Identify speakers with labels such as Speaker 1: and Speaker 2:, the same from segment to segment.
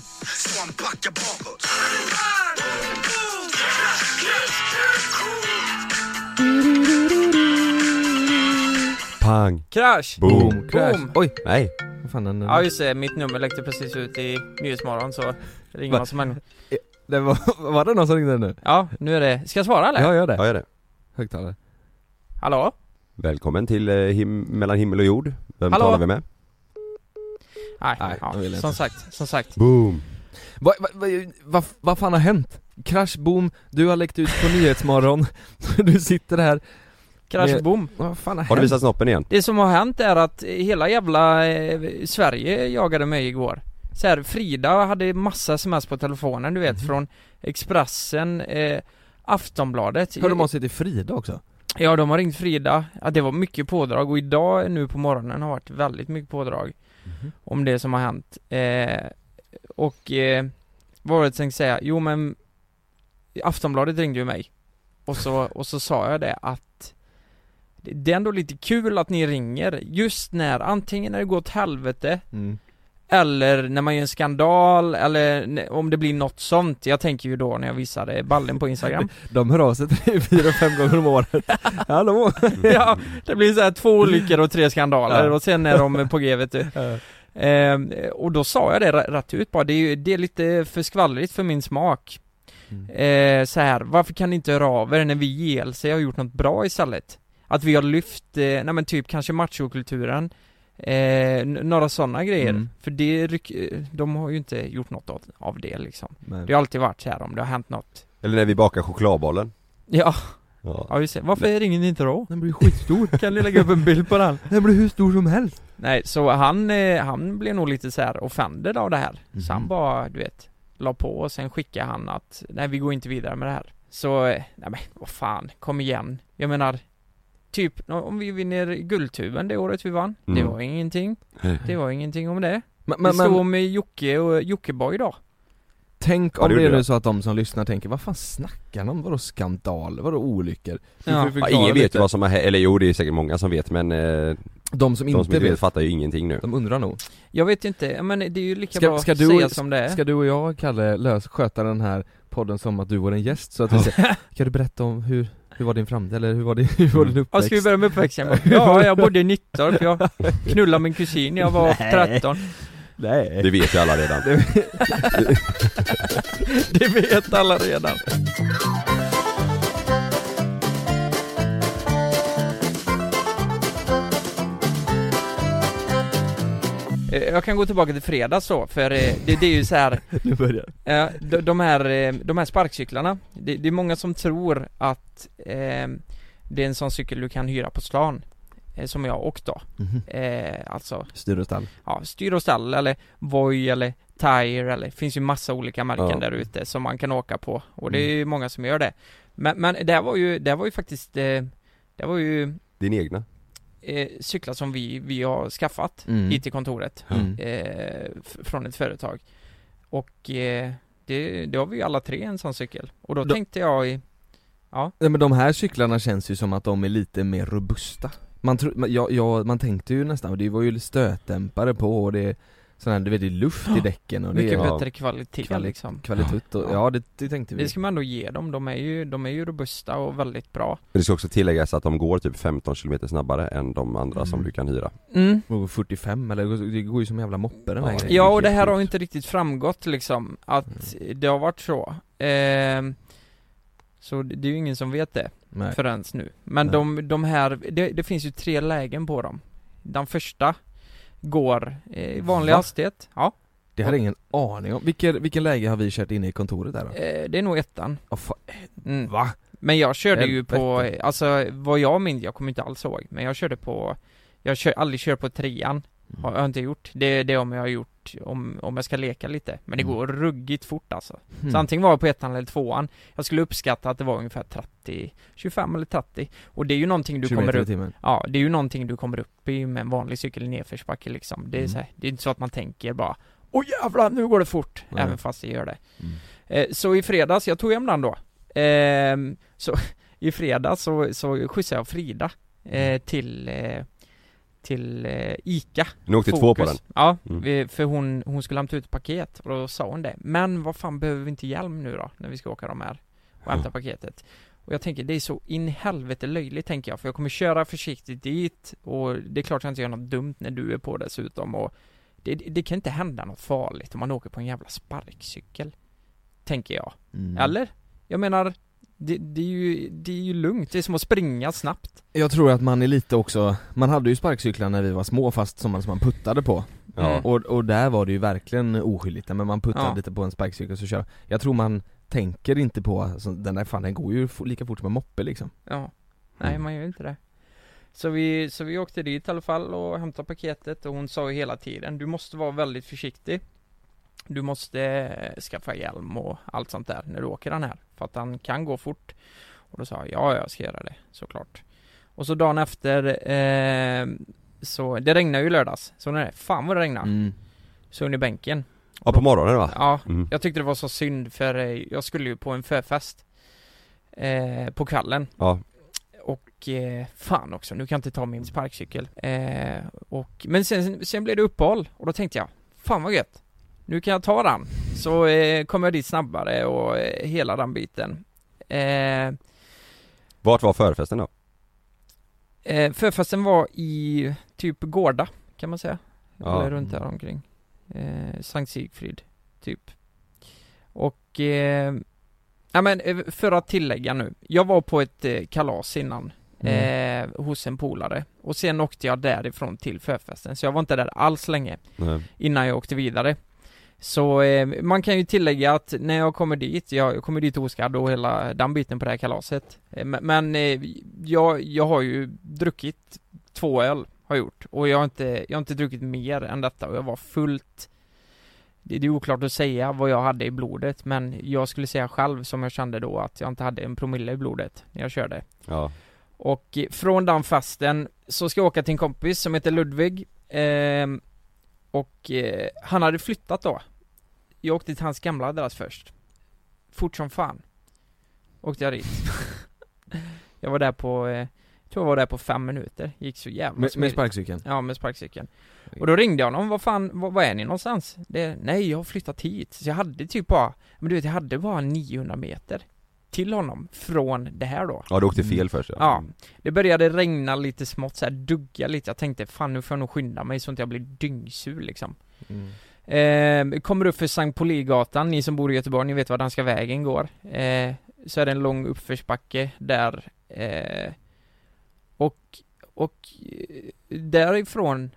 Speaker 1: man backar bakåt. Fan, cool, yes, yes, yes, cool.
Speaker 2: Pang,
Speaker 3: Crash!
Speaker 2: boom.
Speaker 4: Boom, crash.
Speaker 3: Boom.
Speaker 4: Oj,
Speaker 2: Nej,
Speaker 4: vad fan den...
Speaker 3: Ja just det, mitt nummer läckte precis ut i Nyhetsmorgon så ringer
Speaker 4: Va?
Speaker 3: man som en...
Speaker 4: det var, var det någon som ringde nu?
Speaker 3: Ja, nu är det... Ska jag svara eller?
Speaker 4: Ja, gör det.
Speaker 2: ja, jag är det.
Speaker 4: Högtalare.
Speaker 3: Hallå?
Speaker 2: Välkommen till eh, him- Mellan himmel och jord. Vem
Speaker 3: Hallå?
Speaker 2: talar vi med?
Speaker 3: Nej,
Speaker 4: Nej,
Speaker 3: ja,
Speaker 4: det vill jag
Speaker 3: som
Speaker 4: inte.
Speaker 3: sagt, som sagt.
Speaker 2: Boom.
Speaker 4: Vad va, va, vad- vad fan har hänt? Crash, boom, du har läckt ut på Nyhetsmorgon, du sitter här,
Speaker 3: Crash
Speaker 4: Men-
Speaker 3: boom.
Speaker 4: vad fan har,
Speaker 2: Har du
Speaker 4: hänt?
Speaker 2: visat snoppen igen?
Speaker 3: Det som har hänt är att hela jävla eh, Sverige jagade mig igår så här, Frida hade massa sms på telefonen du vet
Speaker 4: Mhm.
Speaker 3: från Expressen, eh, Aftonbladet
Speaker 4: Hör de av sig till Frida också?
Speaker 3: Ja de har ringt Frida, ja, det var mycket pådrag och idag nu på morgonen har varit väldigt mycket pådrag om det som har hänt eh, Och eh, vad var det jag tänkte säga? Jo men Aftonbladet ringde ju mig Och så, och så sa jag det att det- Det är ändå lite kul att ni ringer just när, antingen när det går åt helvete
Speaker 4: Mm.
Speaker 3: eller när man gör en skandal eller n- om det blir något sånt Jag tänker ju då när jag visade ballen på instagram
Speaker 4: De hör av sig till dig fyra, fem gånger om året. Hallå?
Speaker 3: Ja, det blir så här två olyckor och tre skandaler
Speaker 4: Ja.
Speaker 3: och sen är de på G vet du Ehm, Och då sa jag det r- rätt ut bara, det är, ju, det är lite för skvallrigt för min smak
Speaker 4: Mm.
Speaker 3: eh, så här, varför kan ni inte höra av er när vi i GLC har gjort något bra istället? Att vi har lyft, eh, nej men typ kanske machokulturen eh, n- Några sådana grejer,
Speaker 4: Mm.
Speaker 3: för det ryck, eh, de har ju inte gjort något åt- av det liksom
Speaker 4: Men,
Speaker 3: Det har alltid varit så här om det har hänt något
Speaker 2: Eller när vi bakar chokladbollen?
Speaker 3: Ja,
Speaker 2: Ja.
Speaker 3: ja just det. varför ringer ni inte då?
Speaker 4: den blir skitstor.
Speaker 3: Kan ni lägga upp en bild på den?
Speaker 4: Den blir hur stor som helst.
Speaker 3: Nej, så han, eh, han blev nog lite så här offended av det här. Så han
Speaker 4: Mhm.
Speaker 3: bara, du vet, la på och sen skickade han att, nej vi går inte vidare med det här. Så, eh, nej men vad fan, kom igen. Jag menar, typ om vi vinner Guldtuben det året vi vann, det
Speaker 2: Mm.
Speaker 3: var ingenting. Det var ingenting om det.
Speaker 4: Men,
Speaker 3: Men,
Speaker 4: men,
Speaker 3: det stod
Speaker 4: men
Speaker 3: om eh, Jocke och Jockeboy då.
Speaker 4: tänk
Speaker 2: Ja,
Speaker 4: om
Speaker 2: det
Speaker 4: det är
Speaker 2: gjorde
Speaker 4: nu
Speaker 2: jag.
Speaker 4: så att de som lyssnar tänker, vad fan snackar de om? Vadå skandal? Vadå olyckor? Du
Speaker 3: Ja.
Speaker 4: får
Speaker 2: Ja,
Speaker 4: förklara
Speaker 2: ingen vet
Speaker 4: lite.
Speaker 2: ju vad som har hänt, eller jo det är säkert många som vet men eh, de
Speaker 4: De som
Speaker 2: som
Speaker 4: inte vet,
Speaker 2: fattar ju ingenting nu
Speaker 4: de undrar nog.
Speaker 3: Jag vet inte, ja, men det är ju lika
Speaker 4: Ska-
Speaker 3: bra
Speaker 4: ska
Speaker 3: att
Speaker 4: du-
Speaker 3: säga som det är.
Speaker 4: Ska du och jag, Kalle, lös, sköta den här podden som att du var en gäst? Så att vi säger, kan du berätta om hur, hur var din framtid, eller hur var din, hur var din
Speaker 3: Ja,
Speaker 4: uppväxt?
Speaker 3: Mm. ska vi börja med uppväxten? Ja, jag bodde i Nittorp, jag knullade min kusin när jag var 13
Speaker 4: Nej.
Speaker 2: Det vet ju alla redan
Speaker 3: Det vet alla redan Eh, Jag kan gå tillbaka till fredags så, för eh, det, det är ju så här
Speaker 4: Nu börjar
Speaker 3: Eh, de, de, här, eh, de här sparkcyklarna, det, det är många som tror att eh, det är en sån cykel du kan hyra på stan eh, Som jag har åkt då,
Speaker 4: Mhm.
Speaker 3: eh, alltså
Speaker 4: Styr och stall.
Speaker 3: ja, styr och stall eller Voi eller Tire eller, det finns ju massa olika märken
Speaker 2: Ja.
Speaker 3: där ute som man kan åka på och det är ju många som gör det Men, men det här var ju, det här var ju faktiskt, eh, det var ju
Speaker 2: Din egna?
Speaker 3: eh, cyklar som vi, vi har skaffat
Speaker 4: Mm.
Speaker 3: hit till kontoret
Speaker 4: Mm.
Speaker 3: eh, f- från ett företag Och eh, det, det har vi ju alla tre en sån cykel Och då
Speaker 4: Då-
Speaker 3: tänkte jag i
Speaker 4: Nej men de här cyklarna känns ju som att de är lite mer robusta Man, tro, man, ja, ja, man tänkte ju nästan, det var ju stötdämpare på och det sån här, du vet det är luft i däcken och det
Speaker 3: mycket
Speaker 4: är
Speaker 2: ja.
Speaker 3: bättre kvalitet
Speaker 4: Kvali-
Speaker 3: liksom
Speaker 4: kvalitet och, ja det, det tänkte vi
Speaker 3: Det ska man ändå ge dem, de är ju, de är ju robusta och väldigt bra
Speaker 2: Det ska också tilläggas att de går typ 15 km snabbare än de andra som
Speaker 4: Mm.
Speaker 2: du kan hyra
Speaker 3: mm.
Speaker 4: Och 45 eller det går ju som en jävla moppe den
Speaker 2: Ja,
Speaker 4: här
Speaker 2: det-
Speaker 4: grejen
Speaker 3: Ja och
Speaker 2: helt
Speaker 3: det här har ju
Speaker 2: sjukt.
Speaker 3: inte riktigt framgått liksom att
Speaker 4: Mm.
Speaker 3: det har varit så Ehm, Så det det är ju ingen som vet det
Speaker 4: Nej.
Speaker 3: förrän nu. Men
Speaker 4: Nej.
Speaker 3: de, de här, det, det finns ju tre lägen på dem. Den första går eh, i vanlig
Speaker 4: Va?
Speaker 3: hastighet. Ja,
Speaker 4: Det hade jag ingen aning om, vilken, vilken läge har vi kört inne i kontoret där då?
Speaker 3: eh, det är nog ettan.
Speaker 4: Åh, fan,
Speaker 3: Mm.
Speaker 4: va?
Speaker 3: Men jag körde ju
Speaker 4: Helvete.
Speaker 3: på, eh, alltså vad jag minns, jag kommer inte alls ihåg, men jag körde på jag kör aldrig kör på trean,
Speaker 4: Mm.
Speaker 3: har jag inte gjort. Det är det om jag har gjort, om, om jag ska leka lite. Men det
Speaker 4: Mm.
Speaker 3: går ruggigt fort alltså.
Speaker 4: Mm.
Speaker 3: Så antingen var jag på ettan eller tvåan. Jag skulle uppskatta att det var ungefär 30, 25 eller 30. Och det är ju någonting du
Speaker 4: Kilometer
Speaker 3: kommer
Speaker 4: i
Speaker 3: upp
Speaker 4: timmen.
Speaker 3: Ja, det är ju någonting du kommer upp i med en vanlig cykel i nedförsbacke liksom. Det är,
Speaker 4: Mm.
Speaker 3: så här, det är inte så att man tänker bara Åh jävlar, nu går det fort!
Speaker 4: Nej.
Speaker 3: Även fast det gör det.
Speaker 4: Mm.
Speaker 3: Eh, så i fredags, jag tog hem den då. Ehm, så i fredags så, så skjutsade jag Frida eh, till, eh, till eh, Ica
Speaker 2: Nu åkte två på den.
Speaker 3: Ja,
Speaker 2: Mm.
Speaker 3: vi, för hon, hon skulle hämta ut ett paket och då sa hon det Men vad fan behöver vi inte hjälm nu då? När vi ska åka de här och hämta paketet Och jag tänker det är så in i helvete löjligt tänker jag För jag kommer köra försiktigt dit Och det är klart jag inte gör något dumt när du är på dessutom och det, det kan inte hända något farligt om man åker på en jävla sparkcykel Tänker jag,
Speaker 4: Mm.
Speaker 3: eller? Jag menar det, det, är ju, det är ju lugnt, det är som att springa snabbt
Speaker 4: Jag tror att man är lite också, man hade ju sparkcyklar när vi var små fast som man, som man puttade på
Speaker 2: Ja.
Speaker 3: Mm.
Speaker 4: och, och där var det ju verkligen oskyldigt, men man puttade
Speaker 3: Ja.
Speaker 4: lite på en sparkcykel så kör Jag tror man tänker inte på, alltså, den där fan den går ju fo- lika fort som en moppe liksom
Speaker 3: Ja Nej
Speaker 2: Mm.
Speaker 3: man gör inte det så vi, så vi åkte dit i alla fall och hämtade paketet och hon sa ju hela tiden Du måste vara väldigt försiktig Du måste eh, skaffa hjälm och allt sånt där när du åker den här För att den kan gå fort Och då sa jag ja jag ska göra det såklart Och så dagen efter eh, Så det regnade ju i lördags Så när det, fan vad det regnade
Speaker 4: mm.
Speaker 3: Så under bänken
Speaker 2: Ja, på morgonen va?
Speaker 3: Ja
Speaker 2: Mm.
Speaker 3: jag tyckte det var så synd för eh, jag skulle ju på en förfest eh, På kvällen
Speaker 2: Ja.
Speaker 3: Och eh, fan också, nu kan jag inte ta min sparkcykel eh, och, Men sen, sen blev det uppehåll och då tänkte jag Fan vad gött Nu kan jag ta den Så eh, kommer jag dit snabbare och eh, hela den biten eh,
Speaker 2: Vart var förfesten då?
Speaker 3: eh, Förfesten var i typ Gårda kan man säga
Speaker 2: Ja.
Speaker 3: Eller runt där omkring eh, Sankt Sigfrid, typ Och, eh, ja men eh, för att tillägga nu Jag var på ett eh, kalas innan
Speaker 4: Mm.
Speaker 3: eh, Hos en polare Och sen åkte jag därifrån till förfesten Så jag var inte där alls länge
Speaker 2: Nej.
Speaker 3: Innan jag åkte vidare Så eh, man kan ju tillägga att när jag kommer dit Jag, jag kommer dit oskadd och hela den biten på det här kalaset eh, Men, men eh, jag, jag har ju druckit två öl har jag gjort Och jag har inte, jag har inte druckit mer än detta och jag var fullt det, det är oklart att säga vad jag hade i blodet men jag skulle säga själv som jag kände då att jag inte hade en promille i blodet när jag körde
Speaker 2: Ja.
Speaker 3: och eh, från den festen så ska jag åka till en kompis som heter Ludvig ehm, Och eh, han hade flyttat då Jag åkte till hans gamla adress först Fort som fan Åkte jag dit Jag var där på, eh, jag tror jag var där på fem minuter, gick så jävla
Speaker 4: med, med
Speaker 3: smidigt.
Speaker 4: sparkcykeln?
Speaker 3: Ja, med sparkcykeln. Och då ringde jag honom, vad fan, vad, vad är ni någonstans? Det, nej, jag har flyttat hit. Så jag hade typ bara, men du vet jag hade bara 900 meter till honom från det här då.
Speaker 2: ja, du åkte fel först
Speaker 3: Ja, det började regna lite smått så här, dugga lite. Jag tänkte fan nu får jag nog skynda mig så inte jag blir dyngsur liksom.
Speaker 4: Mm.
Speaker 3: Eh, kommer upp för Sankt Poligatan, ni som bor i Göteborg, ni vet var Danska vägen går. Eh, så är det en lång uppförsbacke där. Eh, och, och eh, därifrån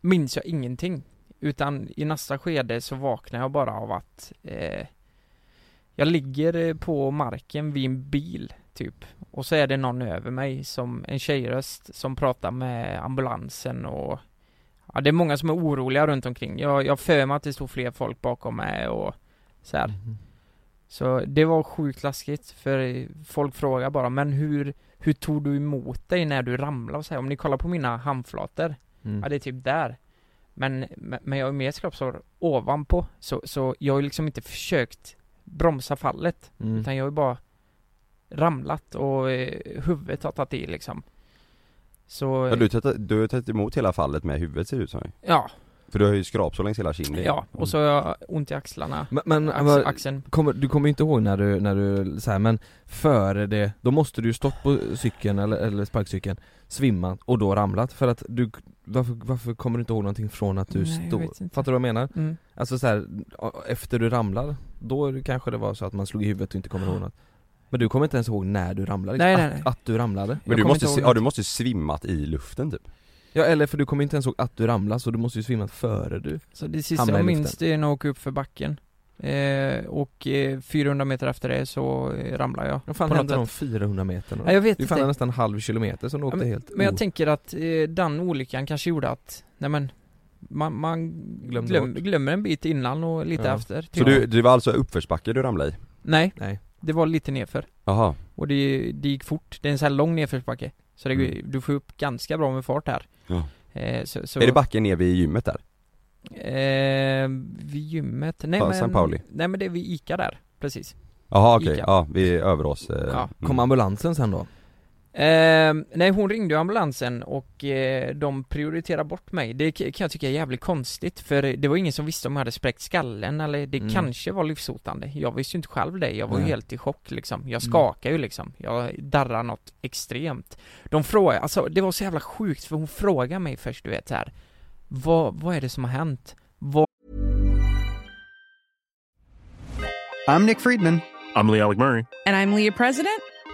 Speaker 3: minns jag ingenting. Utan i nästa skede så vaknar jag bara av att eh, jag ligger eh, på marken vid en bil typ. Och så är det någon över mig som en tjejröst som pratar med ambulansen och Ja, det är många som är oroliga runt omkring. Jag, jag har för mig att det stod fler folk bakom mig och så här. Så det var sjukt läskigt för folk frågar bara men hur, hur tog du emot dig när du ramlade och så här? Om ni kollar på mina handflator,
Speaker 4: Mm.
Speaker 3: ja det är typ där. Men, men men jag har ju mer skroppsår ovanpå så, så jag har ju liksom inte försökt bromsa fallet.
Speaker 4: Mm.
Speaker 3: Utan jag har ju bara ramlat och eh, huvudet har tagit i liksom. Så,
Speaker 2: Ja, du, har tagit- du har tagit emot hela fallet med huvudet ser det ut som.
Speaker 3: ja,
Speaker 2: För du har ju skrapsår längs hela kinden Mm.
Speaker 3: ja. Och så har jag ont i axlarna.
Speaker 4: Men, Mm. men
Speaker 3: Ax,
Speaker 4: vad-
Speaker 3: axeln.
Speaker 4: kommer, du kommer ju inte ihåg när du, när du så här, men före det, då måste du ju stått på cykeln eller, eller sparkcykeln, svimmat och då ramlat för att du, varför, varför kommer du inte ihåg någonting från att du
Speaker 3: Nej, jag
Speaker 4: stod?
Speaker 3: vet inte.
Speaker 4: Fattar du vad jag menar?
Speaker 3: Mm.
Speaker 4: Alltså så här, efter du ramlar, då är det kanske det var så att man slog i huvudet och inte kommer ihåg något Men du kommer inte ens ihåg när du ramlade? liksom.
Speaker 3: Nej,
Speaker 4: att,
Speaker 3: nej, nej.
Speaker 4: att du ramlade?
Speaker 2: Men
Speaker 3: Jag
Speaker 2: du
Speaker 3: kommer
Speaker 2: måste,
Speaker 3: inte
Speaker 2: se-
Speaker 3: ihåg
Speaker 2: ja, du måste svimmat i luften typ
Speaker 4: Ja eller för du kommer inte ens ihåg att du ramlade så du måste ju svimmat före du
Speaker 3: Så det sista
Speaker 4: Hamna i
Speaker 3: jag
Speaker 4: luften.
Speaker 3: minns det är när jag åker upp för backen. Eh, och eh, 400 meter efter det så eh, ramlar jag.
Speaker 4: Vad fan
Speaker 3: På något
Speaker 4: hände de
Speaker 3: sätt.
Speaker 4: 400 meterna?
Speaker 3: Ja, jag vet
Speaker 4: Det är fan
Speaker 3: inte.
Speaker 4: nästan en halv kilometer som du
Speaker 3: Ja,
Speaker 4: åkte helt
Speaker 3: Men jag
Speaker 4: o-
Speaker 3: tänker att eh, den olyckan kanske gjorde att, nej men, man, man
Speaker 4: Glömde
Speaker 3: glöm, glömmer en bit innan och lite
Speaker 4: Ja.
Speaker 3: efter. typ.
Speaker 2: Så du, det var alltså uppförsbacke du ramlade i?
Speaker 3: Nej,
Speaker 4: Nej
Speaker 3: det var lite nerför.
Speaker 2: Jaha
Speaker 3: Och det, det gick fort, det är en sån här lång nedförsbacke Så det, går-
Speaker 2: Mm.
Speaker 3: du får upp ganska bra med fart här
Speaker 2: Ja.
Speaker 3: eh, så, så,
Speaker 2: Är det backen ner vid gymmet där?
Speaker 3: eh, Vid gymmet, nej
Speaker 2: Ja,
Speaker 3: men
Speaker 2: St. Pauli.
Speaker 3: Nej men det är vid Ica där, precis
Speaker 2: Jaha okej,
Speaker 3: Ica.
Speaker 2: ja vid Överås eh,
Speaker 3: Ja.
Speaker 2: mm.
Speaker 4: Kom ambulansen sen då?
Speaker 3: Ehm, nej hon ringde ju ambulansen och eh, de prioriterar bort mig. Det k- kan jag tycka är jävligt konstigt för det var ingen som visste om jag hade spräckt skallen eller det
Speaker 4: Mm.
Speaker 3: kanske var livshotande. Jag visste ju inte själv det, jag var ju
Speaker 4: Nej.
Speaker 3: helt i chock liksom. Jag
Speaker 4: Mm.
Speaker 3: skakade ju liksom, jag darrade något extremt. De frågade, alltså det var så jävla sjukt för hon frågade mig först du vet så här. Vad, vad är det som har hänt? Vad
Speaker 5: I'm Nick Friedman.
Speaker 6: I'm Lee Alec Murray.
Speaker 7: And I'm Leah President,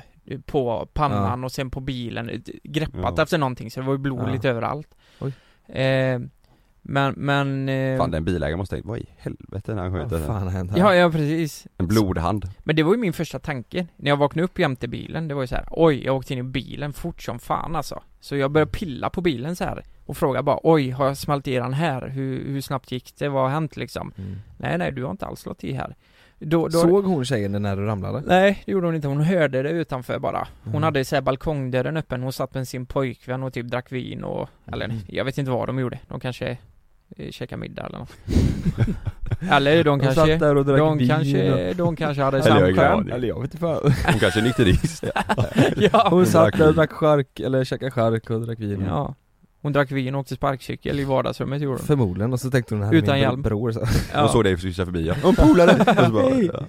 Speaker 3: på pannan och sen på bilen, eh, greppat
Speaker 2: Ja.
Speaker 3: efter någonting så det var ju blod
Speaker 4: Ja.
Speaker 3: lite överallt
Speaker 4: Oj.
Speaker 3: eh, Men, men... Eh,
Speaker 2: Fan den bilägaren måste tänkt, vad i helvete när han sköt
Speaker 4: Vad
Speaker 2: den?
Speaker 4: fan har hänt här?
Speaker 3: ja, ja precis
Speaker 2: En blodhand.
Speaker 3: Men det var ju min första tanke, när jag vaknade upp jämte bilen, det var ju så här, oj jag åkte in i bilen fort som fan alltså Så jag började pilla på bilen så här och fråga bara oj har jag smält i den här? Hur, hur snabbt gick det? Vad har hänt liksom?
Speaker 4: Mm.
Speaker 3: Nej nej du har inte alls slått i här då, då,
Speaker 4: Såg hon tjejen när du ramlade?
Speaker 3: Nej, det gjorde hon inte. Hon hörde det utanför bara. Hon
Speaker 4: Mhm.
Speaker 3: hade så här balkongdörren öppen. Hon satt med sin pojkvän och typ drack vin och, eller
Speaker 4: Mhm.
Speaker 3: jag vet inte vad de gjorde. De kanske eh, käkade middag eller något. Eller de
Speaker 4: satt
Speaker 3: kanske,
Speaker 4: där och drack
Speaker 3: de
Speaker 4: vin och...
Speaker 3: kanske, de kanske hade
Speaker 2: Eller jag är
Speaker 3: samkväm.
Speaker 2: glad.
Speaker 4: Eller jag vet inte fan.
Speaker 2: Hon kanske är nykterist.
Speaker 3: ja.
Speaker 4: Hon satt
Speaker 2: drack
Speaker 4: där och
Speaker 2: vin.
Speaker 4: drack chark, eller käkade chark och drack vin.
Speaker 3: ja. Hon drack vin och åkte sparkcykel i vardagsrummet gjorde hon.
Speaker 4: Förmodligen, och så tänkte hon det här är
Speaker 3: Utan
Speaker 4: min bro-
Speaker 3: hjälm.
Speaker 4: bror. Så.
Speaker 2: Hon
Speaker 3: Ja.
Speaker 2: såg dig kryssa förbi ja. Hon polare! Och så bara,
Speaker 4: Hej.
Speaker 2: ja.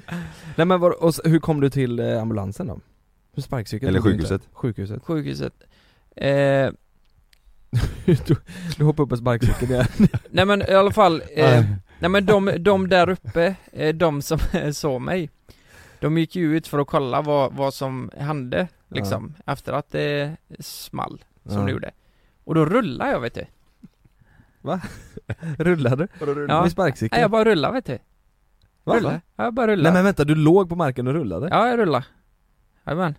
Speaker 4: Nej men var, och, så- hur kom du till eh, ambulansen då? Med sparkcykeln?
Speaker 2: Eller
Speaker 4: Det går inte.
Speaker 2: sjukhuset.
Speaker 4: Sjukhuset.
Speaker 3: Sjukhuset. Eh,
Speaker 4: du, du hoppade upp på sparkcykeln igen.
Speaker 3: nej men i alla fall, eh, nej men de, de där uppe, eh, de som såg mig De gick ju ut för att kolla vad, vad som hände liksom, efter att det small som
Speaker 4: Ja.
Speaker 3: det gjorde Och då rullade jag vet du,
Speaker 4: Rullade
Speaker 3: Ja.
Speaker 4: du? Med
Speaker 3: nej,
Speaker 4: sparkcykeln?
Speaker 3: jag bara rullade vet du
Speaker 4: Va?
Speaker 3: Rullade, ja, jag bara
Speaker 4: Nej
Speaker 3: rullade
Speaker 4: men vänta, du låg på marken och rullade?
Speaker 3: Ja jag rullade Jajamän.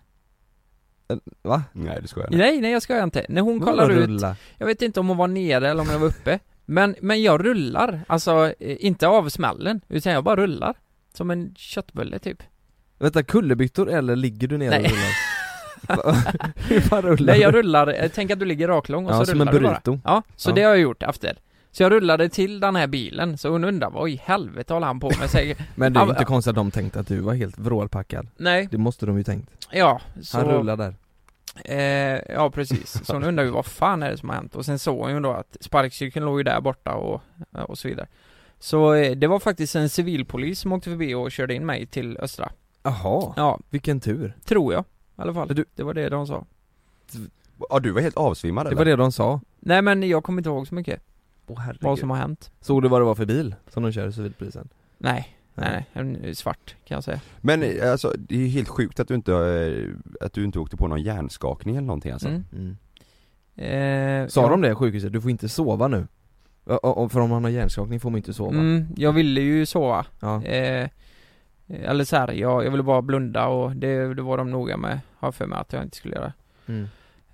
Speaker 4: Va?
Speaker 2: Nej du skojar.
Speaker 3: Nej nej jag skojar inte, när hon
Speaker 4: Vadå
Speaker 3: kollar ut
Speaker 4: rulla?
Speaker 3: Jag vet inte om hon var nere eller om jag var uppe Men, men jag rullar, alltså eh, inte av smällen utan jag bara rullar Som en köttbulle typ
Speaker 4: Vänta, kullerbyttor eller ligger du ner och
Speaker 3: Nej.
Speaker 4: rullar? Va? Hur fan rullar
Speaker 3: Nej jag
Speaker 4: du?
Speaker 3: rullar, eh, tänk att du ligger raklång och
Speaker 4: Ja,
Speaker 3: så
Speaker 4: som
Speaker 3: rullar
Speaker 4: en
Speaker 3: du bara.
Speaker 4: burrito.
Speaker 3: Ja, så
Speaker 4: Ja.
Speaker 3: det har jag gjort efter Så jag rullade till den här bilen, så hon undrar vad i helvete håller han på med? Säger,
Speaker 4: Men det är ju
Speaker 3: Ja,
Speaker 4: inte
Speaker 3: ja.
Speaker 4: konstigt att de tänkte att du var helt vrålpackad
Speaker 3: nej,
Speaker 4: Det måste de ju tänkt
Speaker 3: ja,
Speaker 4: Han
Speaker 3: så
Speaker 4: rullar där
Speaker 3: Eh, ja precis, så hon undrar ju vad fan är det som har hänt? Och sen såg hon ju då att sparkcykeln låg ju där borta och, eh, och så vidare Så eh, det var faktiskt en civilpolis som åkte förbi och körde in mig till Östra
Speaker 4: Jaha,
Speaker 3: Ja,
Speaker 4: vilken tur.
Speaker 3: tror jag i alla fall,
Speaker 4: Du-
Speaker 3: det var det de sa
Speaker 2: Ja du var helt avsvimmad
Speaker 4: Det var
Speaker 2: eller?
Speaker 4: det de sa.
Speaker 3: Nej men jag kommer inte ihåg så mycket
Speaker 4: Åh
Speaker 3: vad
Speaker 4: herregud.
Speaker 3: som har hänt
Speaker 4: Såg du vad det var för bil som de körde civilpolisen?
Speaker 3: Nej, nej, nej, en eh, svart kan jag säga
Speaker 2: Men eh, alltså det är ju helt sjukt att du inte, eh, att du inte åkte på någon hjärnskakning eller någonting alltså.
Speaker 3: mm.
Speaker 4: Mm.
Speaker 3: eh,
Speaker 4: Sa
Speaker 3: ja.
Speaker 4: de det sjukhuset? Du får inte sova nu. Ja, ja, För om man har hjärnskakning får man inte sova.
Speaker 3: Mm, jag ville ju sova
Speaker 4: Ja.
Speaker 3: Eh, eller så här, jag, jag ville bara blunda och det, det var de noga med, har jag för mig att jag inte skulle göra.
Speaker 4: Mm.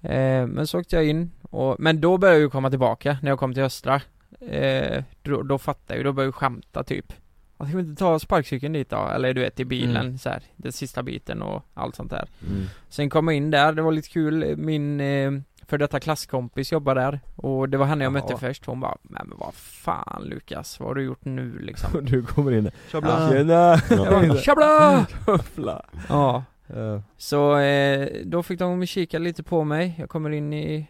Speaker 3: Eh, men så åkte jag in, och, men då började jag ju komma tillbaka när jag kom till Östra. Eh, då, då fattade jag ju, då började jag skämta typ. Jag ska vi inte ta sparkcykeln dit då? Eller du vet i bilen
Speaker 4: Mm.
Speaker 3: så här, den sista biten och allt sånt där.
Speaker 4: Mm.
Speaker 3: Sen kom jag in där, det var lite kul, min eh, för detta klasskompis jobbar där och det var henne jag
Speaker 4: Ja.
Speaker 3: mötte först, hon bara 'Men vad fan Lukas, vad har du gjort nu liksom?'
Speaker 4: Och Du kommer in
Speaker 3: Tjabla.
Speaker 4: Tjena!
Speaker 3: Jag bara, "Tjabla!"
Speaker 4: Tjabla!
Speaker 3: Ja,
Speaker 4: Ja.
Speaker 3: Så eh, då fick de kika lite på mig, jag kommer in i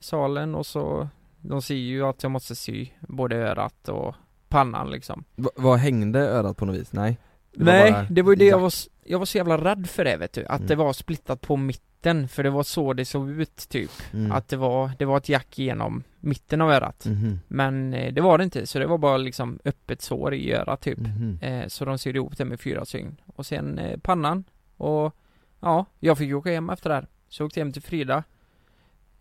Speaker 3: salen och så De ser ju att jag måste sy, både örat och pannan liksom
Speaker 4: Va- Vad hängde örat på något vis? Nej? Det var
Speaker 3: Nej,
Speaker 4: bara-
Speaker 3: det var ju det jag
Speaker 4: Ja.
Speaker 3: var, s- jag var så jävla rädd för det vet du, att
Speaker 4: Mm.
Speaker 3: det var splittat på mitten för det var så det såg ut typ
Speaker 4: Mm.
Speaker 3: Att det var, det var ett jack genom mitten av örat
Speaker 4: Mhm.
Speaker 3: Men eh, det var det inte, så det var bara liksom öppet sår i örat typ
Speaker 4: Mhm.
Speaker 3: Eh, Så de sydde ihop det med fyra stygn och sen eh, pannan och ja, jag fick ju åka hem efter det här. Så jag åkte hem till Frida.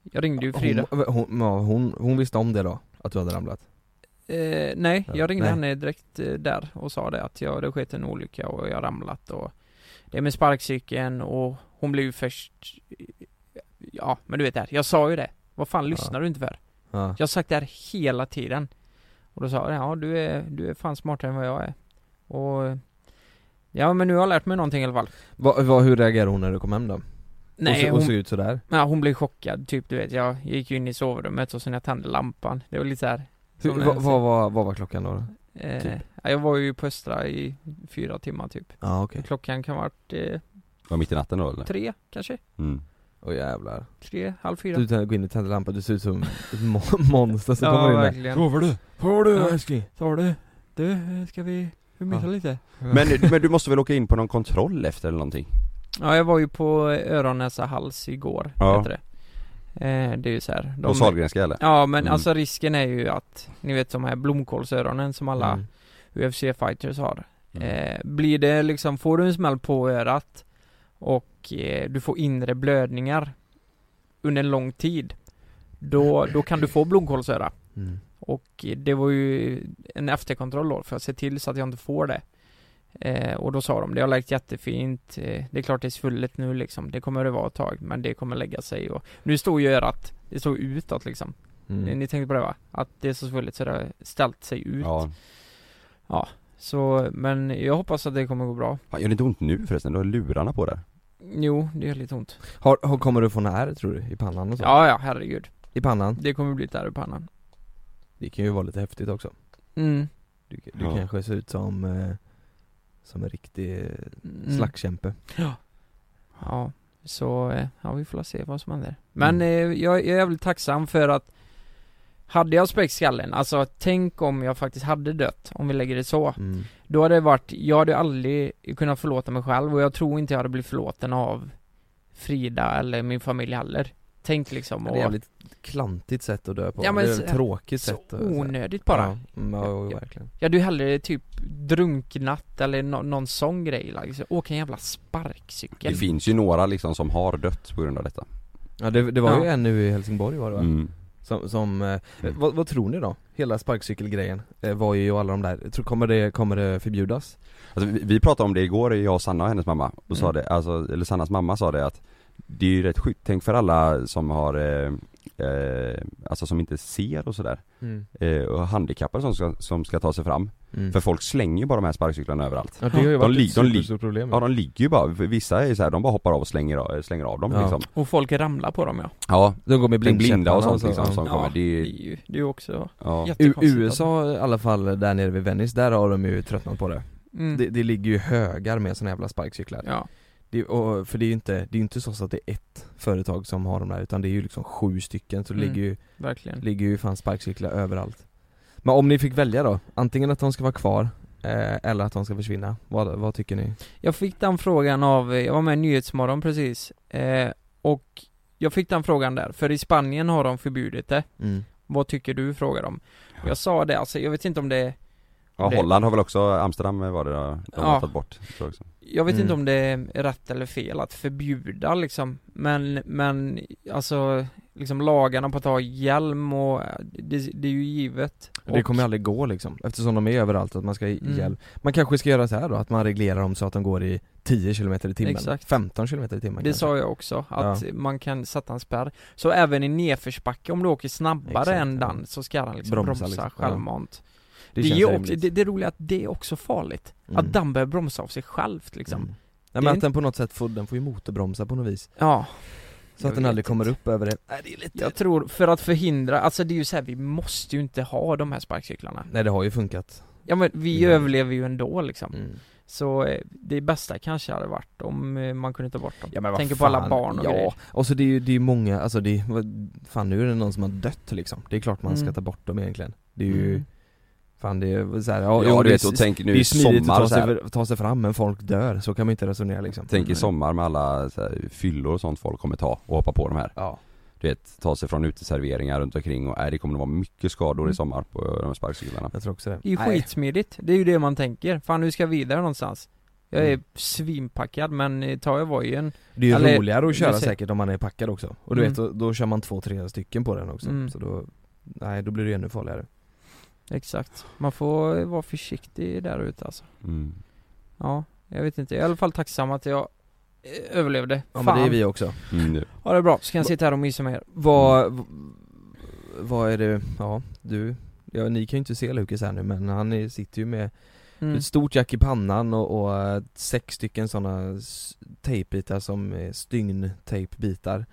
Speaker 3: Jag ringde ju Frida.
Speaker 4: Hon, hon, ja, hon, hon visste om det då? Att du hade ramlat?
Speaker 3: Eh, nej,
Speaker 4: Ja,
Speaker 3: jag ringde
Speaker 4: nej.
Speaker 3: henne direkt eh, där och sa det att jag, det skett en olycka och jag har ramlat och det är med sparkcykeln och hon blev ju först Ja, men du vet det här, jag sa ju det. Vad fan lyssnar du inte för?
Speaker 4: Ja.
Speaker 3: Jag har sagt det här hela tiden Och då sa jag, ja du är, du är fan smartare än vad jag är Och Ja men nu har jag lärt mig någonting i alla fall
Speaker 4: Va, va, hur reagerade hon när du kom hem då? och,
Speaker 3: Nej
Speaker 4: så, och
Speaker 3: hon,
Speaker 4: såg ut sådär?
Speaker 3: ja, hon blev chockad typ du vet Jag gick ju in i sovrummet och sen jag tände lampan Det var lite så här.
Speaker 4: Hur,
Speaker 3: Som
Speaker 4: va,
Speaker 3: en-
Speaker 4: vad var- vad var klockan då?
Speaker 3: Eh,
Speaker 4: Typ.
Speaker 3: ja, Jag var ju på Östra i fyra timmar typ
Speaker 4: Ja okej,
Speaker 3: Klockan kan ha varit eh,
Speaker 2: Var mitt i natten då eller?
Speaker 3: tre kanske?
Speaker 2: Mm.
Speaker 4: åh jävlar
Speaker 3: Tre, halv fyra
Speaker 4: Du tänder- går in och tänder lampan, du ser ut som ett mo- monster som kommer in där
Speaker 3: verkligen
Speaker 4: Sover du? Sover du
Speaker 3: Ja.
Speaker 4: älskling?
Speaker 3: Tar du? Du, ska vi humisa
Speaker 4: Ja.
Speaker 3: lite?
Speaker 2: Men, men du måste väl åka in på någon kontroll efter eller någonting?
Speaker 3: Ja jag var ju på öron, näsa, hals igår,
Speaker 2: Ja.
Speaker 3: heter det eh, Det är ju så här,
Speaker 2: På Sahlgrenska eller?
Speaker 3: Ja men
Speaker 2: Mm.
Speaker 3: alltså risken är ju att, ni vet de här blomkålsöronen som alla
Speaker 4: Mm.
Speaker 3: UFC-fighters har
Speaker 2: Mm.
Speaker 3: eh, Blir det liksom, får du en smäll på örat och eh, du får inre blödningar under en lång tid Då, då kan du få blomkålsöra
Speaker 4: Mm.
Speaker 3: och det var ju en efterkontroll då för att se till så att jag inte får det eh, Och då sa de, det har läkt jättefint eh, Det är klart det är svullet nu liksom, det kommer det vara ett tag men det kommer lägga sig och Nu står ju örat, det står utåt liksom ni,
Speaker 4: Mm.
Speaker 3: ni tänkte på det va? Att det är så svullet så det har ställt sig ut.
Speaker 2: Ja.
Speaker 3: Så, men jag hoppas att det kommer gå bra.
Speaker 2: Fan, gör det inte ont nu förresten? Du har lurarna på där.
Speaker 3: Jo, det gör lite ont.
Speaker 4: Har, har, kommer du få när tror du? I pannan och så?
Speaker 3: Ja, ja, herregud.
Speaker 4: I pannan?
Speaker 3: Det kommer bli ett ärr i pannan.
Speaker 4: Det kan ju vara lite häftigt också
Speaker 3: Mm.
Speaker 4: Du, du
Speaker 2: Ja.
Speaker 4: kanske ser ut som, eh, som en riktig eh,
Speaker 3: mm.
Speaker 4: slagskämpe
Speaker 3: Ja. Så, eh, ja vi får la se vad som händer. Men
Speaker 4: Mm.
Speaker 3: eh, jag, jag är jävligt tacksam för att hade jag spräckt skallen, alltså tänk om jag faktiskt hade dött, om vi lägger det så.
Speaker 4: mm.
Speaker 3: Då hade det varit, jag hade aldrig kunnat förlåta mig själv och jag tror inte jag hade blivit förlåten av Frida eller min familj heller. Tänk liksom
Speaker 4: Det är ett jävligt klantigt sätt att dö på,
Speaker 3: Ja, men
Speaker 4: det är ett
Speaker 3: så-
Speaker 4: tråkigt
Speaker 3: Så
Speaker 4: sätt att
Speaker 3: onödigt bara.
Speaker 4: Ja, mm, ja, jo,
Speaker 3: Ja.
Speaker 4: verkligen
Speaker 3: Jag hade ju hellre typ drunknat eller nå- någon sån grej liksom. Åka en jävla sparkcykel.
Speaker 2: Det finns ju några liksom som har dött på grund av detta.
Speaker 4: Ja det, det var ju
Speaker 3: Ja.
Speaker 4: en nu i Helsingborg var det va?
Speaker 2: Mm.
Speaker 4: Som, som eh,
Speaker 2: Mm.
Speaker 4: vad, vad tror ni då? Hela sparkcykelgrejen eh, var ju alla de där, tror, kommer, det, kommer det förbjudas?
Speaker 2: Alltså, vi, vi pratade om det igår, jag och Sanna och hennes mamma, och sa
Speaker 3: Mm.
Speaker 2: det, alltså, eller Sannas mamma sa det att det är ju rätt sjukt, tänk för alla som har, eh, eh, alltså som inte ser och sådär,
Speaker 3: Mm.
Speaker 2: eh, och handikappade som ska, som ska ta sig fram.
Speaker 4: Mm.
Speaker 2: För folk slänger ju bara de här sparkcyklarna överallt.
Speaker 4: Ja det har ju varit
Speaker 2: lig-
Speaker 4: ett
Speaker 2: de lig-
Speaker 4: superstort problem
Speaker 2: Ja de ligger ju bara, för vissa är ju så här, de bara hoppar av och slänger av, slänger av dem
Speaker 4: Ja.
Speaker 2: liksom.
Speaker 3: Och folk ramlar på dem ja.
Speaker 2: Ja,
Speaker 4: De går med
Speaker 2: blinda,
Speaker 4: blindkäpparna
Speaker 2: och sånt liksom som
Speaker 4: ja.
Speaker 2: kommer, det är
Speaker 3: Det är
Speaker 2: ju,
Speaker 3: ju, det är ju också
Speaker 2: ja.
Speaker 4: U-
Speaker 3: jättekonstigt.
Speaker 4: USA i alla fall, där nere vid Venice, där har de ju tröttnat på det
Speaker 3: att- Mm.
Speaker 4: det, det ligger ju högar med såna jävla sparkcyklar
Speaker 3: Ja.
Speaker 4: det, och, för det är ju inte, det är ju inte så att det är ett företag som har de där utan det är ju liksom sju stycken så det
Speaker 3: Mm.
Speaker 4: ligger ju,
Speaker 3: verkligen
Speaker 4: ligger ju fan sparkcyklar överallt Men om ni fick välja då, antingen att de ska vara kvar eh, eller att de ska försvinna, vad, vad tycker ni?
Speaker 3: Jag fick den frågan av, eh, jag var med i Nyhetsmorgon precis eh, Och jag fick den frågan där, för i Spanien har de förbjudit det
Speaker 4: Mm.
Speaker 3: Vad tycker du? frågar de Och Jag sa det, alltså jag vet inte om det
Speaker 2: Ja,
Speaker 3: Det-
Speaker 2: Holland har väl också, Amsterdam var det då, de
Speaker 3: Ja.
Speaker 2: har tagit bort tror jag också.
Speaker 3: Jag vet
Speaker 4: Mm.
Speaker 3: inte om det är rätt eller fel att förbjuda liksom Men, men alltså Liksom lagarna på att ha hjälm och eh, det, det är ju givet
Speaker 4: Det
Speaker 3: Och-
Speaker 4: kommer aldrig gå liksom, eftersom de är överallt att man ska
Speaker 3: Mm.
Speaker 4: mm. hjälp Man kanske ska göra så här då, att man reglerar dem så att de går i 10 km i timmen,
Speaker 3: Exakt.
Speaker 4: 15 km i timmen
Speaker 3: Det
Speaker 4: kanske.
Speaker 3: sa jag också, att man kan sätta en spärr Så även i nedförsbacke, om du åker snabbare
Speaker 4: Exakt,
Speaker 3: än
Speaker 4: ja.
Speaker 3: den så ska den liksom bromsa,
Speaker 4: Bromsa, liksom. Ja.
Speaker 3: självmant Det,
Speaker 4: det, känns
Speaker 3: är också,
Speaker 4: rimligt.
Speaker 3: det, det roliga är att det är också farligt,
Speaker 4: Mm.
Speaker 3: att den börjar bromsa av sig självt liksom
Speaker 4: Mm.
Speaker 3: Det
Speaker 4: Nej
Speaker 3: är
Speaker 4: men att
Speaker 3: inte-
Speaker 4: den på något sätt får, den får ju motorbromsa på något vis
Speaker 3: Ja,
Speaker 4: Så
Speaker 3: Jag
Speaker 4: att den
Speaker 3: vet
Speaker 4: aldrig kommer
Speaker 3: inte.
Speaker 4: upp över det, nej det är lite
Speaker 3: jag tror, för att förhindra, alltså det är ju så här, vi måste ju inte ha de här sparkcyklarna
Speaker 4: Nej det har ju funkat
Speaker 3: Ja men vi
Speaker 4: Mm.
Speaker 3: överlever ju ändå liksom
Speaker 4: Mm.
Speaker 3: Så eh, det bästa kanske hade varit om eh, man kunde ta bort dem
Speaker 4: Ja, men vad
Speaker 3: Tänker på
Speaker 4: fan.
Speaker 3: alla barn och
Speaker 4: Ja,
Speaker 3: grejer
Speaker 4: och så det är ju det är många, alltså det är, vad- fan nu är det någon som har dött liksom Det är klart man ska
Speaker 3: Mm.
Speaker 4: ta bort dem egentligen Det är ju,
Speaker 3: Mm.
Speaker 4: fan det är så här,
Speaker 2: Ja, du
Speaker 4: jo, det,
Speaker 2: vet,
Speaker 4: är,
Speaker 2: och tänk nu
Speaker 4: det är
Speaker 2: i
Speaker 4: smidigt
Speaker 2: sommar
Speaker 4: att ta
Speaker 2: och så här.
Speaker 4: sig, ta sig fram men folk dör, så kan man inte resonera liksom
Speaker 2: Tänk i
Speaker 4: Nej.
Speaker 2: sommar med alla så här, fyllor och sånt folk kommer ta och hoppa på de här.
Speaker 4: Ja,
Speaker 2: Du vet, ta sig från uteserveringar runt omkring och nej, det kommer att vara mycket skador
Speaker 4: Mm.
Speaker 2: i sommar på de här sparkcyklarna.
Speaker 4: jag tror också det
Speaker 3: Det är ju
Speaker 4: Nej.
Speaker 3: skitsmidigt, det är ju det man tänker. Fan nu ska jag vidare någonstans. Jag är
Speaker 4: Mm.
Speaker 3: svinpackad men eh, tar jag vojen,
Speaker 4: Det är ju
Speaker 2: Alltså,
Speaker 3: Eller-
Speaker 4: roligare att köra
Speaker 3: jag ser-
Speaker 4: säkert om man är packad också Och du
Speaker 3: Mm.
Speaker 4: vet, då, då kör man två, tre stycken på den också
Speaker 3: Mm.
Speaker 4: Så då, nej då blir det ju ännu farligare
Speaker 3: exakt. Man får eh, vara försiktig där ute alltså.
Speaker 2: Mm.
Speaker 3: Ja, jag vet inte. Jag är i alla fall tacksam att jag eh, överlevde.
Speaker 4: Ja
Speaker 3: Fan.
Speaker 4: men det är vi också
Speaker 2: Mm, det-
Speaker 3: Ha det bra, så kan jag sitta här och mysa med er.
Speaker 2: Mm.
Speaker 4: Vad, vad är det, ja du, ja, ni kan ju inte se Lukas här nu men han är, sitter ju med
Speaker 3: Mm.
Speaker 4: ett stort jack i pannan och, och eh, sex stycken sådana tejpbitar som är stygntejpbitar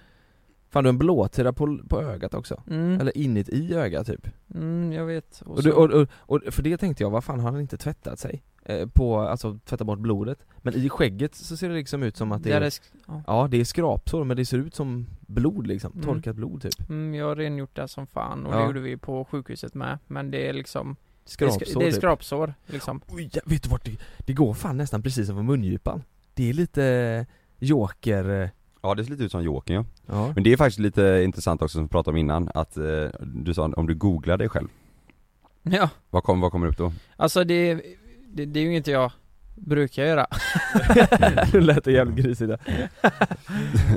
Speaker 4: Fan du har en blåtira på, på ögat också,
Speaker 3: Mm.
Speaker 4: eller inuti i ögat typ
Speaker 3: Mm, jag vet.
Speaker 4: och, du,
Speaker 3: så-
Speaker 4: och, och, och för det tänkte jag, vad fan har han inte tvättat sig? Eh, på, alltså tvättat bort blodet Men i skägget så ser det liksom ut som att det
Speaker 3: Där
Speaker 4: är,
Speaker 3: är sk- ja.
Speaker 4: ja det är skrapsår men det ser ut som blod liksom,
Speaker 3: Mm.
Speaker 4: torkat blod typ
Speaker 3: mm, jag har rengjort det som fan och det
Speaker 4: Ja.
Speaker 3: gjorde vi på sjukhuset med. Men det är liksom, det är,
Speaker 4: Skrapsår
Speaker 3: sk- det är
Speaker 4: typ
Speaker 3: skrapsår liksom.
Speaker 4: Oj, ja, vet du vart det, det går fan nästan precis som på mungipan Det är lite eh, joker, eh,
Speaker 2: Ja det ser lite ut som Jokern ja.
Speaker 4: ja
Speaker 2: Men det är faktiskt lite intressant också som vi pratade om innan att eh, du sa om du googlar dig själv,
Speaker 3: Ja.
Speaker 2: vad kommer, vad kommer upp då?
Speaker 3: Alltså det, det, det är ju inte jag brukar göra.
Speaker 4: Nu lät det jävligt grisigt där.